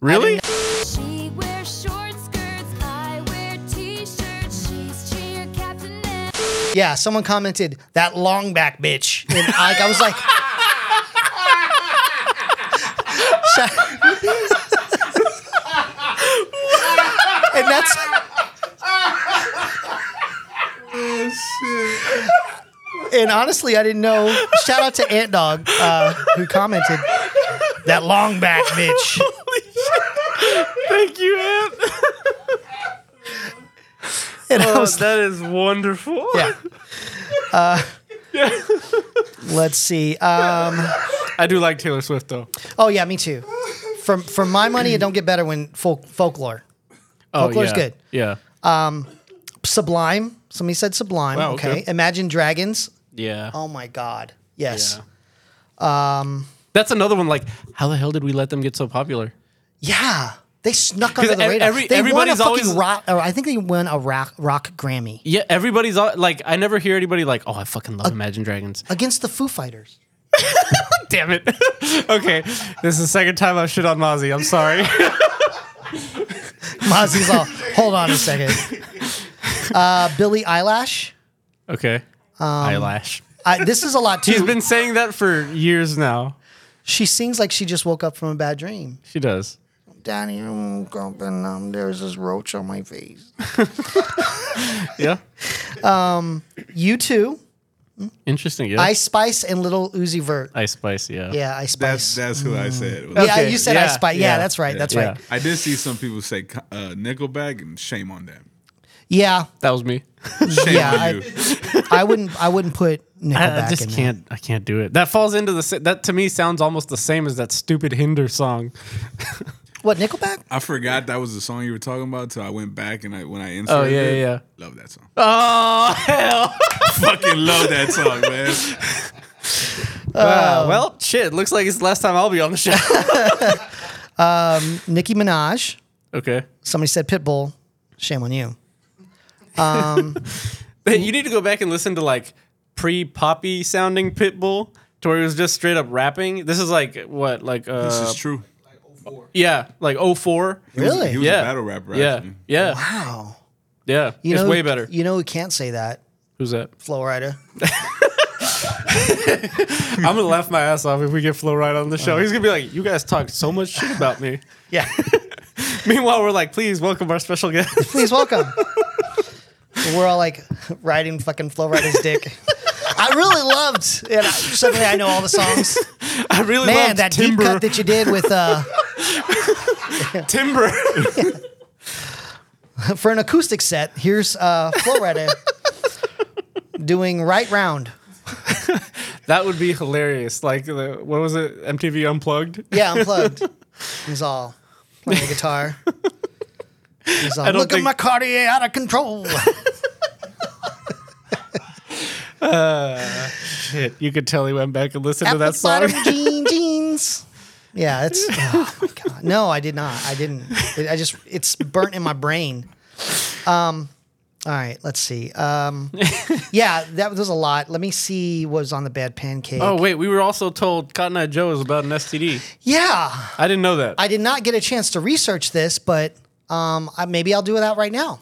S1: really?
S5: She wears short skirts, I wear t-shirts. She's cheer captain and
S3: Yeah, someone commented that long back bitch, and I, I was like, (laughs) and that's and honestly, I didn't know. Shout out to Ant Dog uh, who commented that long back bitch.
S1: Thank you, Ant.
S3: And I was
S1: that is wonderful.
S3: yeah. Uh, let's see. Um,
S1: I do like Taylor Swift though.
S3: Oh yeah, me too. From from my money, it don't get better when folk, folklore.
S1: Oh,
S3: Folklore's
S1: yeah.
S3: good.
S1: Yeah.
S3: Sublime. Somebody said Sublime.
S1: Wow,
S3: okay.
S1: okay.
S3: Imagine Dragons.
S1: Yeah.
S3: Oh my God. Yes. Um,
S1: Yeah. That's another one. Like, how the hell did we let them get so popular?
S3: Yeah. They snuck under
S1: 'Cause
S3: the
S1: ev-
S3: radar.
S1: every-
S3: they won a
S1: everybody's
S3: fucking
S1: always-
S3: rock. Or I think they won a rock rock Grammy
S1: Yeah, everybody's all, like, I never hear anybody like, oh, I fucking love Imagine Dragons.
S3: against the Foo Fighters.
S1: Damn it. (laughs) okay, this is the second time I've shit on Mozzie. I'm
S3: (laughs)
S1: sorry. (laughs)
S3: Mozzie's all. Hold on a second. Uh, Billy Eyelash.
S1: okay.
S3: Um,
S1: Eyelash.
S3: I, this is a lot
S1: He's
S3: too.
S1: been saying that for years now.
S3: she sings like she just woke up from a bad dream.
S1: She does.
S3: Daddy, I woke up and um, there's this roach on my face.
S1: (laughs) Yeah.
S3: You too.
S1: Interesting. Yeah.
S3: Ice Spice and Little Uzi Vert.
S1: Ice Spice. Yeah.
S3: Yeah, Ice
S2: That's
S3: Spice.
S2: that's who I said.
S3: yeah,
S1: okay,
S3: you said
S1: yeah,
S3: Ice Spice. Yeah,
S1: yeah,
S3: that's right. That's
S1: yeah.
S3: right.
S2: I did see some people say uh, Nickelback, and shame on them.
S3: Yeah,
S1: That was me.
S2: Shame
S3: Yeah, I-
S2: on you.
S3: I wouldn't. I wouldn't put Nickelback
S1: I, I
S3: in
S1: just
S3: there.
S1: can't. I can't do it. That falls into the. sa- That to me sounds almost the same as that stupid Hinder song.
S3: What Nickelback?
S2: I forgot that was the song you were talking about. So I went back and I when I
S1: Oh
S2: inserted.
S1: yeah, yeah.
S2: it,
S1: yeah.
S2: Love that song.
S1: Oh (laughs) hell.
S2: Fucking love that song, man.
S1: Wow. Uh, well, shit. Looks like it's the last time I'll be on (laughs) the show.
S3: Nicki Minaj.
S1: okay.
S3: Somebody said Pitbull. Shame on you.
S1: you need to go back and listen to like pre poppy sounding Pitbull to where he was just straight up rapping. This is like what, like uh,
S2: This is true.
S1: yeah, like 04.
S3: Really?
S2: He was
S1: Yeah.
S2: a battle rapper.
S1: Yeah,
S2: Actually.
S1: yeah,
S3: wow.
S1: yeah.
S3: You
S1: it's
S3: know,
S1: way better.
S3: You know who can't say that?
S1: Who's that?
S3: Flow Rider.
S1: (laughs) I'm gonna laugh my ass off if we get Flo Rida on the show. He's gonna be like, "You guys talk so much shit about me."
S3: Yeah.
S1: (laughs) Meanwhile, we're like, "Please welcome our special guest."
S3: Please welcome. And We're all like riding fucking Flow Rider's dick. I really loved. And I, suddenly, I know all
S1: (laughs)
S3: the songs.
S1: I really
S3: Man,
S1: love
S3: that
S1: Timber.
S3: deep cut that you did with uh,
S1: Timber.
S3: for an acoustic set. Here's uh,
S1: (laughs)
S3: Flow Rider doing right round.
S1: (laughs) that would be hilarious. Like, the, what was it? MTV Unplugged.
S3: Yeah, unplugged. He's all playing the guitar. He's all,
S1: don't
S3: look
S1: think-
S3: at my Cartier out
S1: (laughs)
S3: of control.
S1: Shit, you could tell he went back and listened to
S3: Apple
S1: that song.
S3: bottom jean jeans. Yeah, it's. Oh my god. No, I did not. I didn't. It, I just. It's burnt in my brain. Um. All right. Let's see. Um. Yeah, that was a lot. Let me see what was on the bad
S1: (laughs)
S3: pancake.
S1: Oh wait, we were also told Cotton Eye Joe is about an STD.
S3: yeah.
S1: I didn't know that.
S3: I did not get a chance to research this, but um, I, maybe I'll do it out right now.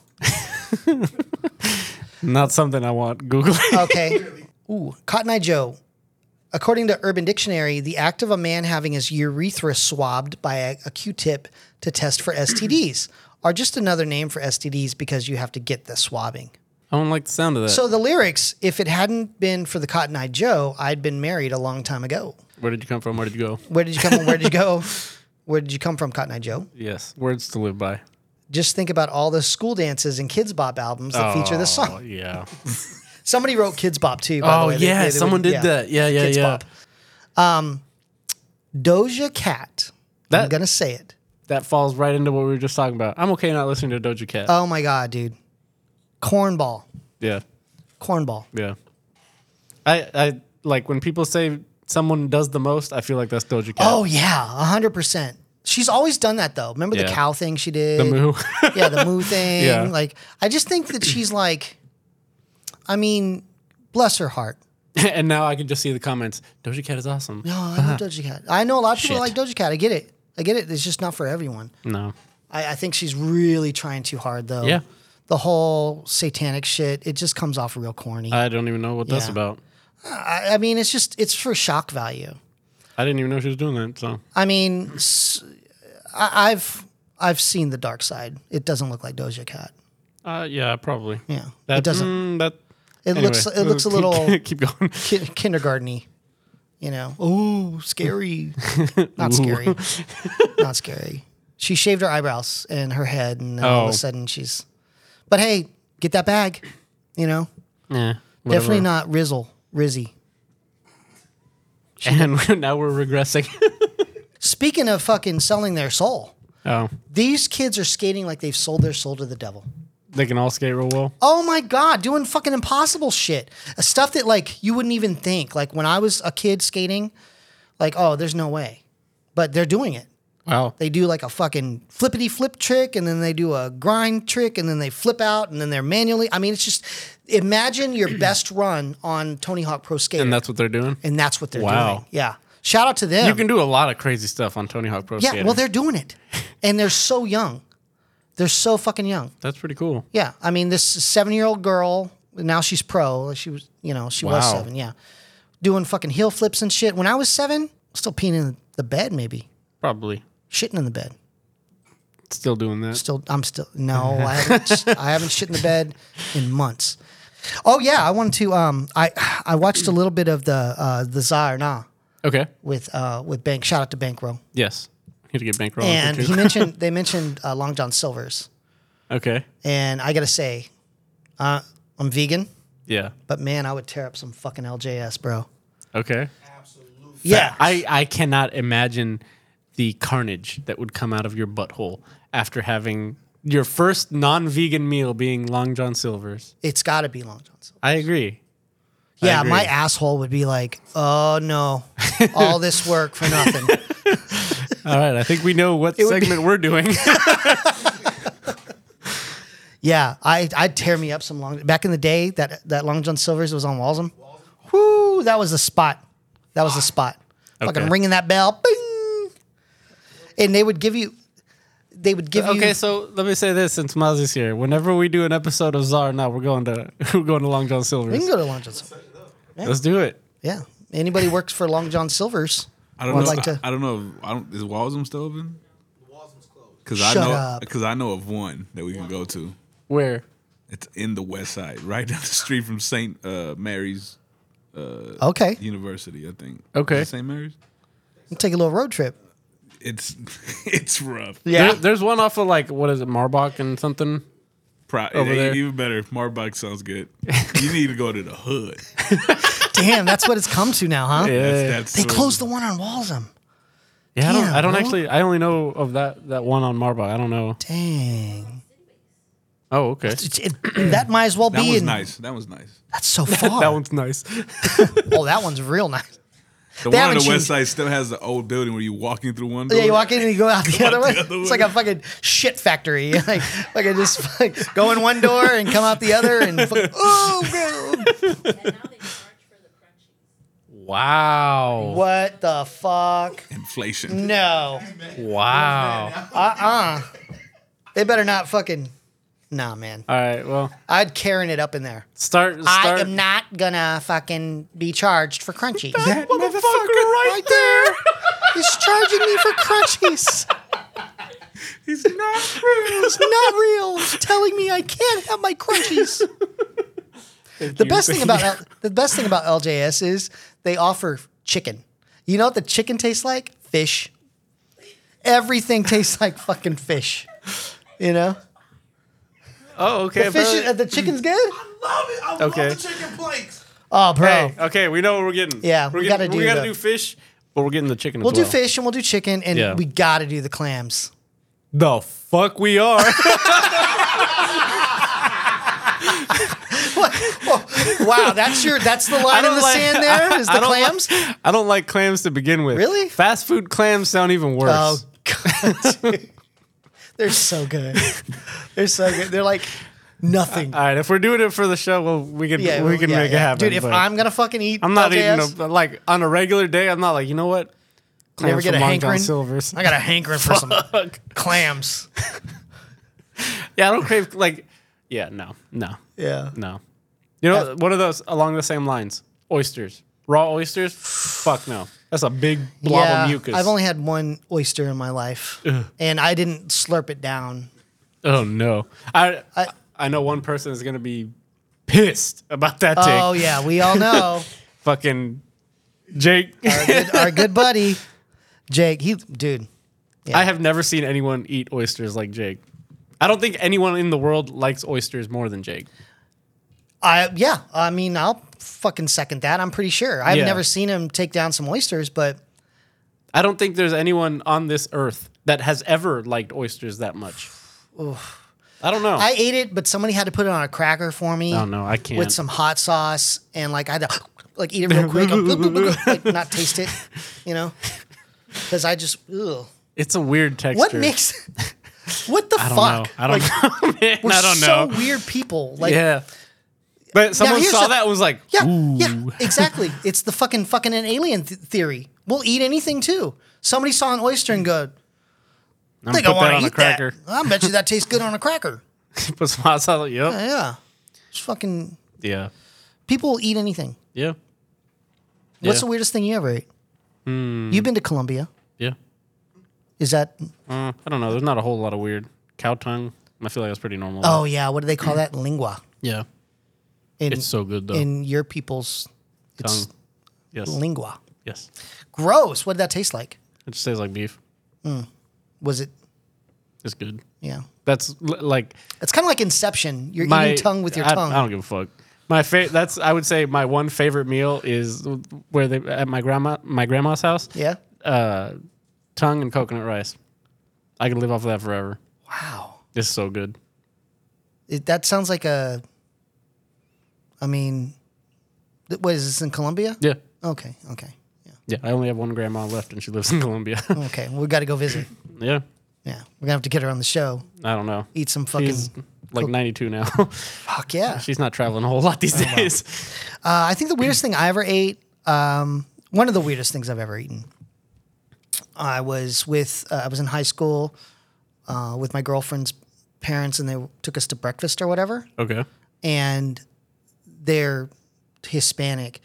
S1: Not something I want googling.
S3: Okay. Ooh, Cotton Eye Joe. According to Urban Dictionary, the act of a man having his urethra swabbed by a a Q-tip to test for STDs (clears throat) are just another name for STDs because you have to get the swabbing.
S1: (laughs) I don't like the sound of that.
S3: So the lyrics, if it hadn't been for the Cotton Eye Joe, I'd been married a long time ago.
S1: Where did you come from? Where did you go?
S3: Where did you come from? Where did you go?
S1: (laughs)
S3: Where did you come from, Cotton Eye Joe?
S1: Yes, words to live by.
S3: Just think about all the school dances and Kids Bop albums that feature this
S1: Oh,
S3: song.
S1: yeah.
S3: Somebody wrote Kids Bop too. By
S1: Oh
S3: the way. They-
S1: yeah,
S3: they- they
S1: someone
S3: would-
S1: did that. Yeah, yeah,
S3: Kids
S1: yeah.
S3: Bop. Doja Cat. I'm
S1: That
S3: gonna say it.
S1: that falls right into what we were just talking about. I'm okay not listening to Doja Cat.
S3: Oh my god, dude. Cornball.
S1: yeah,
S3: Cornball.
S1: yeah. I I like when people say someone does the most. I feel like that's Doja Cat.
S3: Oh yeah, hundred percent. She's always done that though. Remember the
S1: Yeah.
S3: cow thing she did?
S1: the moo. (laughs)
S3: Yeah, the moo thing.
S1: Yeah.
S3: Like I just think that she's like I mean, bless her heart.
S1: and now I can just see the comments. Doja Cat is awesome.
S3: No, I love Doja Cat. I know a lot of people
S1: Uh-huh. Shit.
S3: like Doja Cat. I get it. I get it. It's just not for everyone.
S1: No.
S3: I, I think she's really trying too hard though.
S1: Yeah.
S3: The whole satanic shit, it just comes off real corny.
S1: I don't even know what that's
S3: Yeah.
S1: about.
S3: I, I mean, it's just it's for shock value.
S1: I didn't even know she was doing that. So
S3: I mean, s- I, have I've seen the dark side. It doesn't look like Doja Cat.
S1: uh, yeah, probably.
S3: Yeah,
S1: That,
S3: it doesn't.
S1: mm, that
S3: it looks
S1: anyway.
S3: it looks a little
S1: (laughs) keep
S3: (laughs)
S1: going.
S3: ki- kindergarteny. You know, oh, scary. (laughs) Not scary. (laughs) Not scary. She shaved her eyebrows and her head, and then all
S1: Oh.
S3: of a sudden she's. But hey, get that bag. You know,
S1: Yeah. (laughs)
S3: definitely not Rizzle Rizzy.
S1: And now we're regressing. (laughs)
S3: Speaking of fucking selling their soul,
S1: oh,
S3: these kids are skating like they've sold their soul to the devil.
S1: they can all skate real well.
S3: Oh my God, doing fucking impossible shit. Stuff that like you wouldn't even think. Like when I was a kid skating, like, oh, there's no way. But they're doing it.
S1: Wow.
S3: Oh, They do like a fucking flippity flip trick and then they do a grind trick and then they flip out and then they're manually. I mean, it's just imagine
S1: (clears throat)
S3: your best run on Tony Hawk Pro Skater.
S1: And that's what they're doing.
S3: and that's what they're
S1: Wow.
S3: doing. Yeah. Shout out to them.
S1: You can do a lot of crazy stuff on Tony Hawk Pro
S3: yeah,
S1: Skater.
S3: well, they're doing it. And they're so young. They're so fucking young.
S1: that's pretty cool.
S3: Yeah, I mean, this seven-year-old girl now she's pro. She was, you know, she was
S1: Wow.
S3: seven. Yeah, doing fucking heel flips and shit. When I was seven, still peeing in the bed, maybe
S1: Probably
S3: shitting in the bed.
S1: still doing that.
S3: Still, I'm still no, I haven't. I haven't shit in the bed in months. Oh yeah, I wanted to. Um, I I watched a little bit of the uh, the Czar Nah
S1: Okay.
S3: with uh with Bank. Shout out to Bankroll.
S1: Yes. Need to get bankroll.
S3: And he mentioned they mentioned uh, Long John Silver's.
S1: (laughs) okay.
S3: And I gotta say, uh, I'm vegan,
S1: Yeah.
S3: but man, I would tear up some fucking LJS, bro.
S1: Okay.
S3: Yeah.
S1: I I cannot imagine the carnage that would come out of your butthole after having your first non-vegan meal being Long John Silver's.
S3: it's got to be Long John Silver.
S1: I agree.
S3: Yeah,
S1: agree.
S3: my asshole would be like, oh no, all this work for
S1: (laughs)
S3: nothing. (laughs)
S1: All right. I think we know what
S3: would be-
S1: segment we're doing.
S3: Yeah, I I'd tear me up some long. Back in the day, that that Long John Silver's was on Walsham. Whoo, that was the spot. That was the spot.
S1: Ah, Okay.
S3: Fucking ringing that bell, bing, and they would give you. They would give you.
S1: (laughs) Okay, so let me say this since Maz is here. Whenever we do an episode of Czar now, we're going to (laughs) we're going to Long John
S3: we can
S1: Silver's.
S3: go to Long John Silver's.
S1: Let's do it.
S3: Yeah, anybody works for Long John Silver's.
S2: I don't
S3: would
S2: know.
S3: Like to,
S2: I, I don't know. if- I don't. Is Walsham still open? Because I
S3: Shut
S2: know,
S3: up.
S2: because I know of one that we can go to.
S1: Where?
S2: It's in the West Side, (laughs) right down the street from Saint uh, Mary's
S3: okay,
S2: University, I think.
S1: Okay.
S2: Is it Saint Mary's.
S3: we'll take a little road trip.
S2: It's (laughs) it's rough.
S1: Yeah. there's one off of like what is it, Marbach and something.
S2: Pro- it
S1: Over
S2: ain't
S1: there.
S2: Even better. Marbach sounds good. You need to go to the hood.
S3: Damn, that's what it's come to now,
S1: (laughs)
S3: huh?
S2: That's, that's
S3: They
S2: what-
S3: closed the one on Walsham.
S1: Yeah, I don't, I don't
S3: Damn, bro.
S1: actually. I only know of that that one on Marbach. I don't know.
S3: Dang,
S1: Oh,
S3: (laughs)
S1: okay.
S3: It's- it- that might as well
S2: That
S3: be.
S2: was
S3: in,
S2: nice. (laughs) That was nice.
S3: That's so far.
S1: That one's nice.
S3: oh, that one's
S2: (laughs)
S3: real nice.
S2: The
S3: They
S2: one on
S3: haven't
S2: the West Side
S3: changed-
S2: still has the old building where you walking through one.
S3: Yeah,
S2: door.
S3: you walk in and you
S2: (laughs)
S3: go out the other
S2: out
S3: way.
S2: the other
S3: It's
S2: way.
S3: like a fucking shit factory. (laughs) Like, like I just like, go in one door and come out the other and
S2: (laughs)
S3: fuck, oh, bro.
S1: Wow.
S3: what the fuck? Mm.
S2: Inflation.
S3: No,
S1: Wow.
S3: they better not fucking. Nah, man,
S1: All right. Well,
S3: I'd Karen it up in there.
S1: start. start
S3: I am not gonna fucking be charged for crunchies.
S1: That motherfucker right (laughs) there.
S3: He's charging me for
S2: (laughs)
S3: crunchies.
S2: He's not real.
S3: It's not real. He's telling me I can't have my crunchies. the best thing about L- the best thing about LJS is they offer chicken. You know what the chicken tastes like? Fish. Everything tastes like fucking fish. You know,
S1: Oh, okay.
S3: the fish.
S1: bro.
S3: Is, uh, the chicken's good.
S1: okay.
S3: Oh, bro.
S1: Hey, okay, we know what we're getting.
S3: Yeah,
S1: we're
S3: we
S1: getting-
S3: gotta do
S1: We gotta
S3: the-
S1: do fish, but we're getting the chicken.
S3: We'll
S1: as
S3: do
S1: well.
S3: fish and we'll do chicken and
S1: Yeah.
S3: we gotta do the clams. (laughs)
S1: The fuck we are.
S3: Wow, that's your that's the line in
S1: don't
S3: the
S1: like-
S3: sand there
S1: (laughs)
S3: is
S1: I
S3: the
S1: don't like- (laughs)
S3: clams.
S1: I don't like clams to begin with.
S3: Really?
S1: Fast food clams sound even worse.
S3: Oh god, (laughs) dude. they're so good. They're so good. They're like nothing.
S1: All right, if we're doing it for the show, well, we can we can
S3: Uh, yeah,
S1: make
S3: yeah.
S1: it happen.
S3: dude. If
S1: but
S3: I'm gonna fucking eat,
S1: I'm not
S3: LJS,
S1: eating a, like on a regular day, I'm not like you know what.
S3: you never
S1: Clams
S3: get a
S1: from Long John
S3: hankering.
S1: Silver's. (laughs)
S3: I got a hankering for some clams.
S1: Yeah, I don't crave like. Yeah, no, no,
S3: Yeah,
S1: no. You know, one of those along the same lines, oysters, raw oysters. Fuck no, that's a big blob
S3: yeah.
S1: of mucus.
S3: I've only had one oyster in my life, and I didn't slurp it down.
S1: Oh no, I I,
S3: I-
S1: know one person is gonna be pissed about that take.
S3: Oh yeah, we
S1: (laughs)
S3: all know
S1: Fucking Jake. (laughs)
S3: our, good, our good buddy Jake. He dude.
S1: I have never seen anyone eat oysters like Jake. I don't think anyone in the world likes oysters more than Jake.
S3: I yeah. I mean, I'll fucking second that. I'm pretty sure. I've
S1: Yeah.
S3: never seen him take down some oysters, but
S1: I don't think there's anyone on this earth that has ever liked oysters that much. I don't know.
S3: I ate it. But somebody had to put it on a cracker for me.
S1: oh no, I can't.
S3: with some hot sauce and like I had to like eat it real
S1: (laughs)
S3: quick, go, "Boop, boop, boop, boop," like not taste it, you know, because I just ugh.
S1: it's a weird texture.
S3: what makes what the
S1: I don't
S3: fuck?
S1: know. I don't know. man. (laughs)
S3: We're
S1: I don't
S3: so
S1: know.
S3: weird people. Like yeah,
S1: yeah. But someone
S3: here's
S1: saw
S3: the-
S1: that and was like,
S3: yeah,
S1: Ooh. (laughs)
S3: exactly. It's the fucking fucking an alien th- theory. We'll eat anything too. Somebody saw an oyster and
S1: I'm
S3: go, I
S1: gonna
S3: think I
S1: put
S3: want
S1: that
S3: to
S1: on
S3: eat
S1: a cracker. (laughs)
S3: that. I bet you that tastes good on a cracker.
S1: Put some hot sauce. Yep.
S3: Yeah, it's fucking
S1: Yeah.
S3: people will eat anything.
S1: Yeah.
S3: What's
S1: Yeah. Hmm.
S3: the weirdest thing you ever ate? You've been to Colombia.
S1: Yeah.
S3: Is that
S1: Uh, I don't know. There's not a whole lot of weird cow tongue. I feel like that's pretty normal.
S3: Oh yeah, what do
S1: (clears throat)
S3: they call that? Lingua.
S1: yeah.
S3: In,
S1: It's so good though.
S3: in your people's it's
S1: tongue. Yes.
S3: lingua.
S1: yes.
S3: Gross. What did that taste like?
S1: It just tastes like beef.
S3: Was it?
S1: It's good.
S3: Yeah.
S1: That's l- like
S3: It's kind of like Inception. You're
S1: my
S3: eating tongue with your
S1: I,
S3: tongue.
S1: I don't give a fuck. My fa- that's I would say my one favorite meal is where they at my grandma my grandma's house.
S3: yeah.
S1: Uh, tongue and coconut rice. I could live off of that forever.
S3: Wow.
S1: It's so good.
S3: It, that sounds like a. I mean, th- what is this in Colombia?
S1: Yeah.
S3: Okay. Okay. Yeah.
S1: Yeah. I only have one grandma left and she lives in (laughs) Colombia.
S3: Hmm. Okay. We got to go visit.
S1: (clears throat) yeah.
S3: Yeah. We're gonna have to get her on the show.
S1: I don't know.
S3: Eat some fucking.
S1: She's- like 92 now. (laughs)
S3: Fuck yeah.
S1: She's not traveling a whole lot
S3: (laughs)
S1: these days.
S3: Uh, I think the weirdest thing I ever ate, um, one of the weirdest things I've ever eaten, I was with, uh, I was in high school uh, with my girlfriend's parents, and they took us to breakfast or whatever,
S1: Okay.
S3: and they're Hispanic,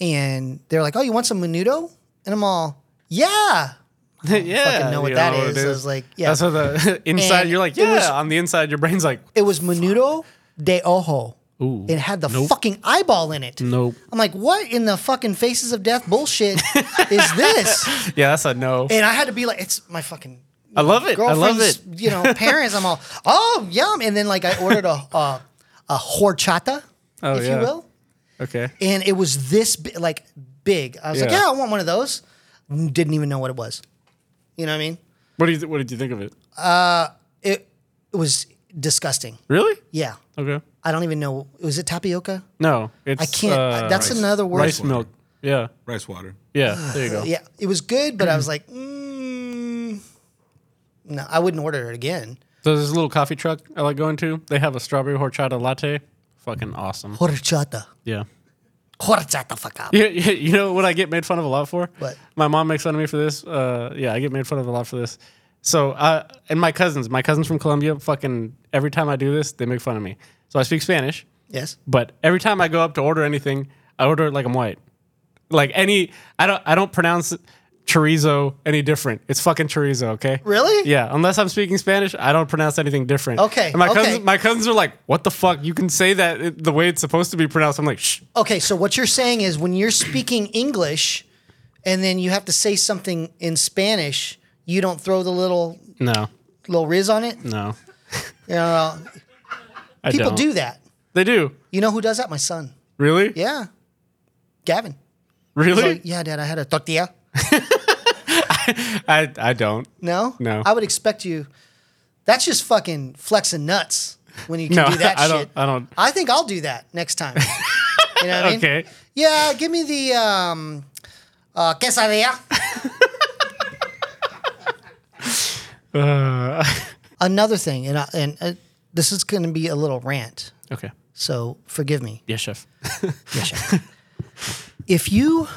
S3: and they're like, "Oh, you want some menudo?" And I'm all, "Yeah."
S1: (laughs) yeah.
S3: fucking know what
S1: you
S3: that
S1: what
S3: is.
S1: it
S3: I was like, yeah.
S1: That's what the (laughs) inside,
S3: And
S1: you're like,
S3: it
S1: yeah.
S3: was-
S1: on the inside, your brain's like,
S3: It was menudo de ojo.
S1: Ooh.
S3: it had the fucking eyeball in it.
S1: nope.
S3: I'm like, what in the fucking faces of death bullshit is this?
S1: (laughs) Yeah, that's a no.
S3: And I had to be like, it's my fucking
S1: I love it. I love it.
S3: girlfriend's, you know, parents. I'm all, oh, yum. And then like I ordered a a, a horchata,
S1: Oh,
S3: if
S1: yeah.
S3: you will,
S1: Okay.
S3: and it was this bi- like big. I was like,
S1: Yeah.
S3: yeah, I want one of those. Didn't even know what it was. You know what I mean?
S1: What do you th- What did you think of it?
S3: It it was disgusting.
S1: Really?
S3: Yeah,
S1: Okay.
S3: I don't even know. Was it tapioca?
S1: No, it's
S3: I can't.
S1: uh,
S3: that's
S2: rice-
S3: another word.
S1: rice
S3: for it.
S1: milk. Yeah.
S2: Rice water.
S1: Yeah. There you go.
S3: Yeah, it was good, but I was like, mm, no, I wouldn't order it again.
S1: So there's a little coffee truck I like going to. They have a strawberry horchata latte. Fucking awesome.
S3: Horchata.
S1: Yeah.
S3: Horchata fuck
S1: (laughs)
S3: up.
S1: You, you you know what I get made fun of a lot for?
S3: What?
S1: My mom makes fun of me for this. Uh, yeah, I get made fun of a lot for this. So, uh, and my cousins, my cousins from Colombia, fucking every time I do this, they make fun of me. So I speak Spanish,
S3: Yes.
S1: but every time I go up to order anything, I order it like I'm white. Like any, I don't, I don't pronounce chorizo any different. It's fucking chorizo, okay?
S3: Really?
S1: Yeah, unless I'm speaking Spanish, I don't pronounce anything different.
S3: Okay,
S1: And my
S3: okay.
S1: cousins, my cousins are like, "What the fuck? You can say that it- the way it's supposed to be pronounced." I'm like, "Shh."
S3: Okay, so what you're saying is when you're speaking English and then you have to say something in Spanish, you don't throw the little
S1: No,
S3: little riz on it?
S1: no.
S3: You know,
S1: I
S3: people
S1: don't.
S3: do that.
S1: They do.
S3: You know who does that? My son.
S1: Really?
S3: Yeah. Gavin. He's
S1: Really?
S3: like, yeah, dad, I had a tortilla.
S1: I, I don't.
S3: No?
S1: No.
S3: I would expect you. That's just fucking flexing nuts when you can
S1: No,
S3: do
S1: (laughs)
S3: that
S1: I
S3: shit.
S1: don't- I don't-
S3: I think I'll do that
S1: (laughs)
S3: next time. you know what I mean?
S1: Okay.
S3: Yeah, give me the um, uh,
S1: (laughs)
S3: quesadilla.
S1: Uh. (laughs)
S3: Another thing, and I, and uh, this is going to be a little rant,
S1: Okay.
S3: so forgive me.
S1: Yes, chef. (laughs)
S3: Yes, sir. if you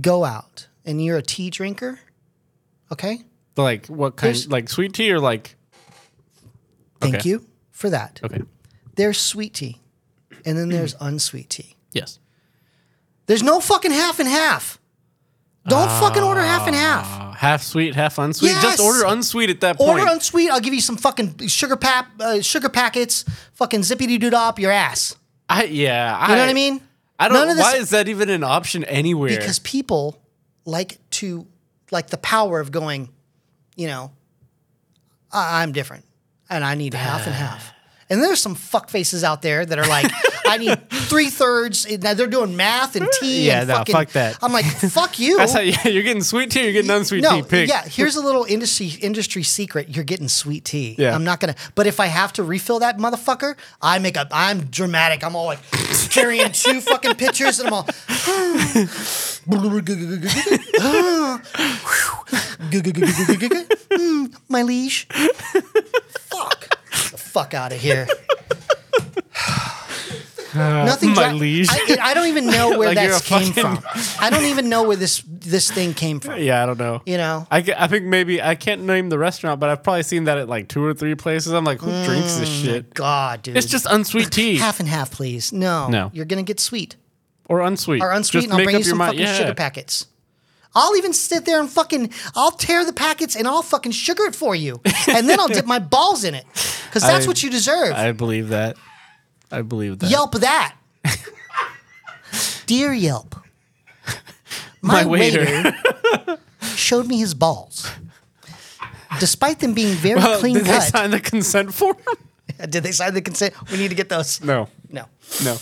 S3: go out and you're a tea drinker, okay,
S1: like what kind?
S3: There's-
S1: like sweet tea or like?
S3: thank
S1: Okay.
S3: you for that.
S1: Okay.
S3: There's sweet tea, and then there's unsweet tea.
S1: Yes.
S3: There's no fucking half and half. Don't fucking order half and half.
S1: Uh, half sweet, half unsweet.
S3: Yes!
S1: Just order unsweet at that point.
S3: Order unsweet. I'll give you some fucking sugar pap, uh, sugar packets. Fucking zippity doo dah up your ass.
S1: I, yeah.
S3: You know what I mean?
S1: I don't.
S3: None of this-
S1: why is that even an option anywhere?
S3: Because people like to like the power of going. You know, I- I'm different, and I need half
S1: (sighs)
S3: and half. And there's some fuck faces out there that are like,
S1: (laughs)
S3: I need three thirds. Now they're doing math and tea.
S1: Yeah,
S3: and
S1: no,
S3: fucking,
S1: fuck that.
S3: I'm
S1: (laughs)
S3: like, fuck
S1: (laughs)
S3: you.
S1: That's how yeah, you're getting sweet tea. You're getting unsweet tea. Pick.
S3: Yeah, here's a little industry industry secret. You're getting sweet tea.
S1: Yeah.
S3: I'm not gonna but if I have to refill that motherfucker, I make up I'm dramatic. I'm all like
S1: (laughs)
S3: carrying two fucking pitchers and I'm all (sighs) Mm, my liege. Fuck. Get the fuck out of
S1: (sighs)
S3: here. Nothing.
S1: my
S3: dri-
S1: liege.
S3: I, I don't even know
S1: (laughs)
S3: where
S1: Like you're
S3: that's
S1: a
S3: came
S1: fucking-
S3: from. I don't even know where this this thing came from.
S1: Yeah, I don't know.
S3: You know?
S1: I, ca- I think maybe I can't name the restaurant, but I've probably seen that at like two or three places. I'm like, who drinks this shit?
S3: God, dude.
S1: It's just unsweet tea
S3: Mm. half and half, please. No,
S1: No.
S3: you're gonna get sweet
S1: or unsweet.
S3: or unsweet,
S1: Just
S3: and I'll
S1: make
S3: bring
S1: up
S3: you
S1: your
S3: some
S1: mind.
S3: fucking sugar packets. I'll even sit there and fucking, I'll tear the packets and I'll fucking sugar it
S1: (laughs)
S3: for you, and then I'll dip my balls in it, because that's
S1: I-
S3: what you deserve.
S1: I believe that. I believe that.
S3: Yelp
S1: (laughs)
S3: that, dear Yelp.
S1: My waiter.
S3: (laughs) showed me his balls, despite them being very
S1: Uh,
S3: clean
S1: did they
S3: cut.
S1: sign the consent form?
S3: (laughs) did they sign the consent? We need to get those.
S1: (laughs) No,
S3: no.
S1: no.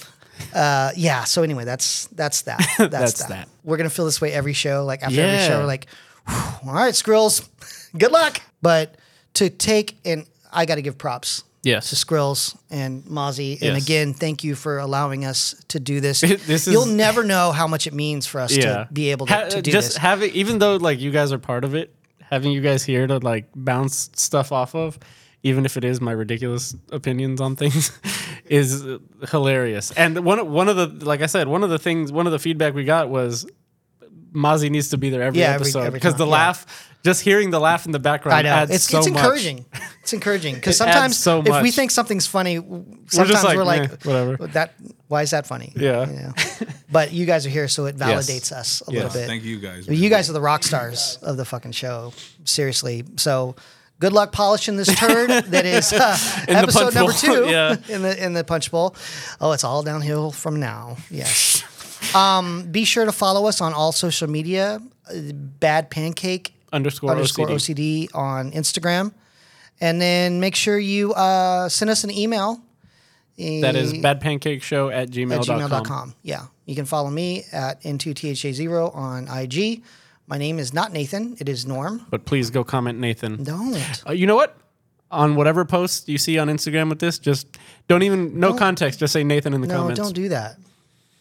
S3: yeah. So anyway, that's that's that.
S1: (laughs)
S3: That's,
S1: That's
S3: that.
S1: that.
S3: We're gonna feel this way every show. Like after every
S1: Yeah.
S3: show, we're like, "Whew, all right, Skrills, (laughs) good luck. But to take and I got to give props.
S1: Yes.
S3: To Skrills and Mozzie. And
S1: Yes.
S3: again, thank you for allowing us to do this.
S1: (laughs) This is-
S3: You'll never know how much it means for us
S1: Yeah.
S3: to be able to,
S1: Ha-
S3: to do
S1: just
S3: this.
S1: having, even though like you guys are part of it, having you guys here to like bounce stuff off of, even if it is my ridiculous opinions on things, (laughs) is hilarious. And one one of the like I said, one of the things, one of the feedback we got was. Mozzie needs to be there every
S3: Yeah, every-
S1: episode
S3: every
S1: because
S3: time,
S1: the
S3: yeah.
S1: laugh, just hearing the laugh in the background,
S3: I know
S1: adds
S3: it's
S1: so
S3: it's
S1: much.
S3: encouraging. It's encouraging
S1: (laughs)
S3: because
S1: It adds
S3: sometimes
S1: so
S3: if we
S1: much.
S3: think something's funny, w-
S1: just
S3: sometimes
S1: like,
S3: we're like,
S1: "Meh, whatever."
S3: That why is that funny?
S1: Yeah.
S3: know? But you guys are here, so it
S1: Yes.
S3: validates us a
S1: Yes,
S3: little bit.
S2: Thank you guys.
S3: But you guys are the rock stars of the fucking show. Seriously. So good luck polishing this turd
S1: (laughs)
S3: that is uh,
S1: the
S3: episode
S1: punch
S3: number
S1: bowl.
S3: two
S1: Yeah.
S3: in the in the punch bowl. Oh, it's all downhill from now. Yes. Um, be sure to follow us on all social media. uh, Bad Pancake
S1: Underscore,
S3: underscore
S1: OCD.
S3: OCD. on Instagram, and then make sure you uh, send us an email.
S1: That is badpancakeshow at gmail.com.
S3: at gmail.com. Yeah. You can follow me at N2THA0 on IG. My name is not Nathan. It is Norm.
S1: But please go comment Nathan.
S3: Don't.
S1: Uh, you know what? On whatever post you see on Instagram with this, just don't even no context. Just say Nathan in the
S3: No,
S1: comments.
S3: don't do that.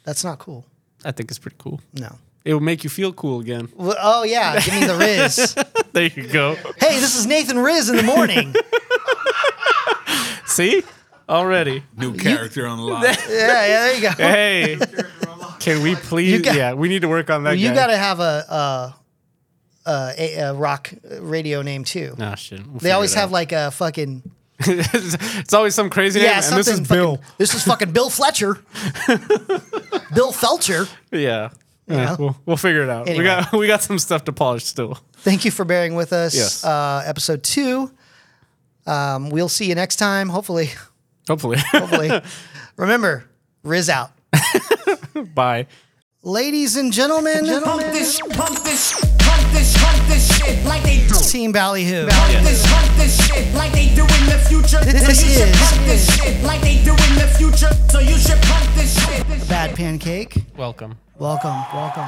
S3: That's not cool.
S1: I think it's pretty cool.
S3: No.
S1: It will make you feel cool again.
S3: Well, oh, yeah. Give me the Riz.
S1: (laughs) There you go.
S3: hey, this is Nathan Riz in
S1: (laughs)
S3: the morning.
S1: see already.
S2: New character
S3: (laughs)
S2: unlocked.
S3: yeah, yeah, there you go.
S1: Hey, can we please?
S3: got-
S1: yeah, we need to work on that.
S3: You
S1: guy.
S3: got to have a, a, a, a rock radio name, too.
S1: Nah, shit. We'll
S3: They
S1: figure
S3: always
S1: it
S3: have
S1: out.
S3: like a fucking
S1: (laughs) it's, it's always some crazy
S3: yeah,
S1: name, and this is
S3: something fucking-
S1: Bill.
S3: (laughs) This is fucking
S1: (laughs)
S3: Bill Fletcher, Bill Felcher.
S1: Yeah.
S3: Yeah.
S1: Yeah, we'll, we'll figure it out.
S3: Anyway.
S1: We got (laughs) we got some stuff to polish still.
S3: Thank you for bearing with us.
S1: Yes.
S3: Uh, episode two. Um, we'll see you next time. Hopefully,
S1: Hopefully.
S3: hopefully. Remember, Riz out,
S1: (laughs) Bye.
S3: ladies and gentlemen.
S4: Pump this, pump this, pump this, pump this shit like they do.
S3: Team Ballyhoo.
S4: Pump this, pump this shit like they do in the future. So
S3: This
S4: you should
S3: is-
S4: pump this shit like they do in the future. So you should pump this shit.
S3: Bad pancake.
S1: Welcome.
S3: Welcome, welcome.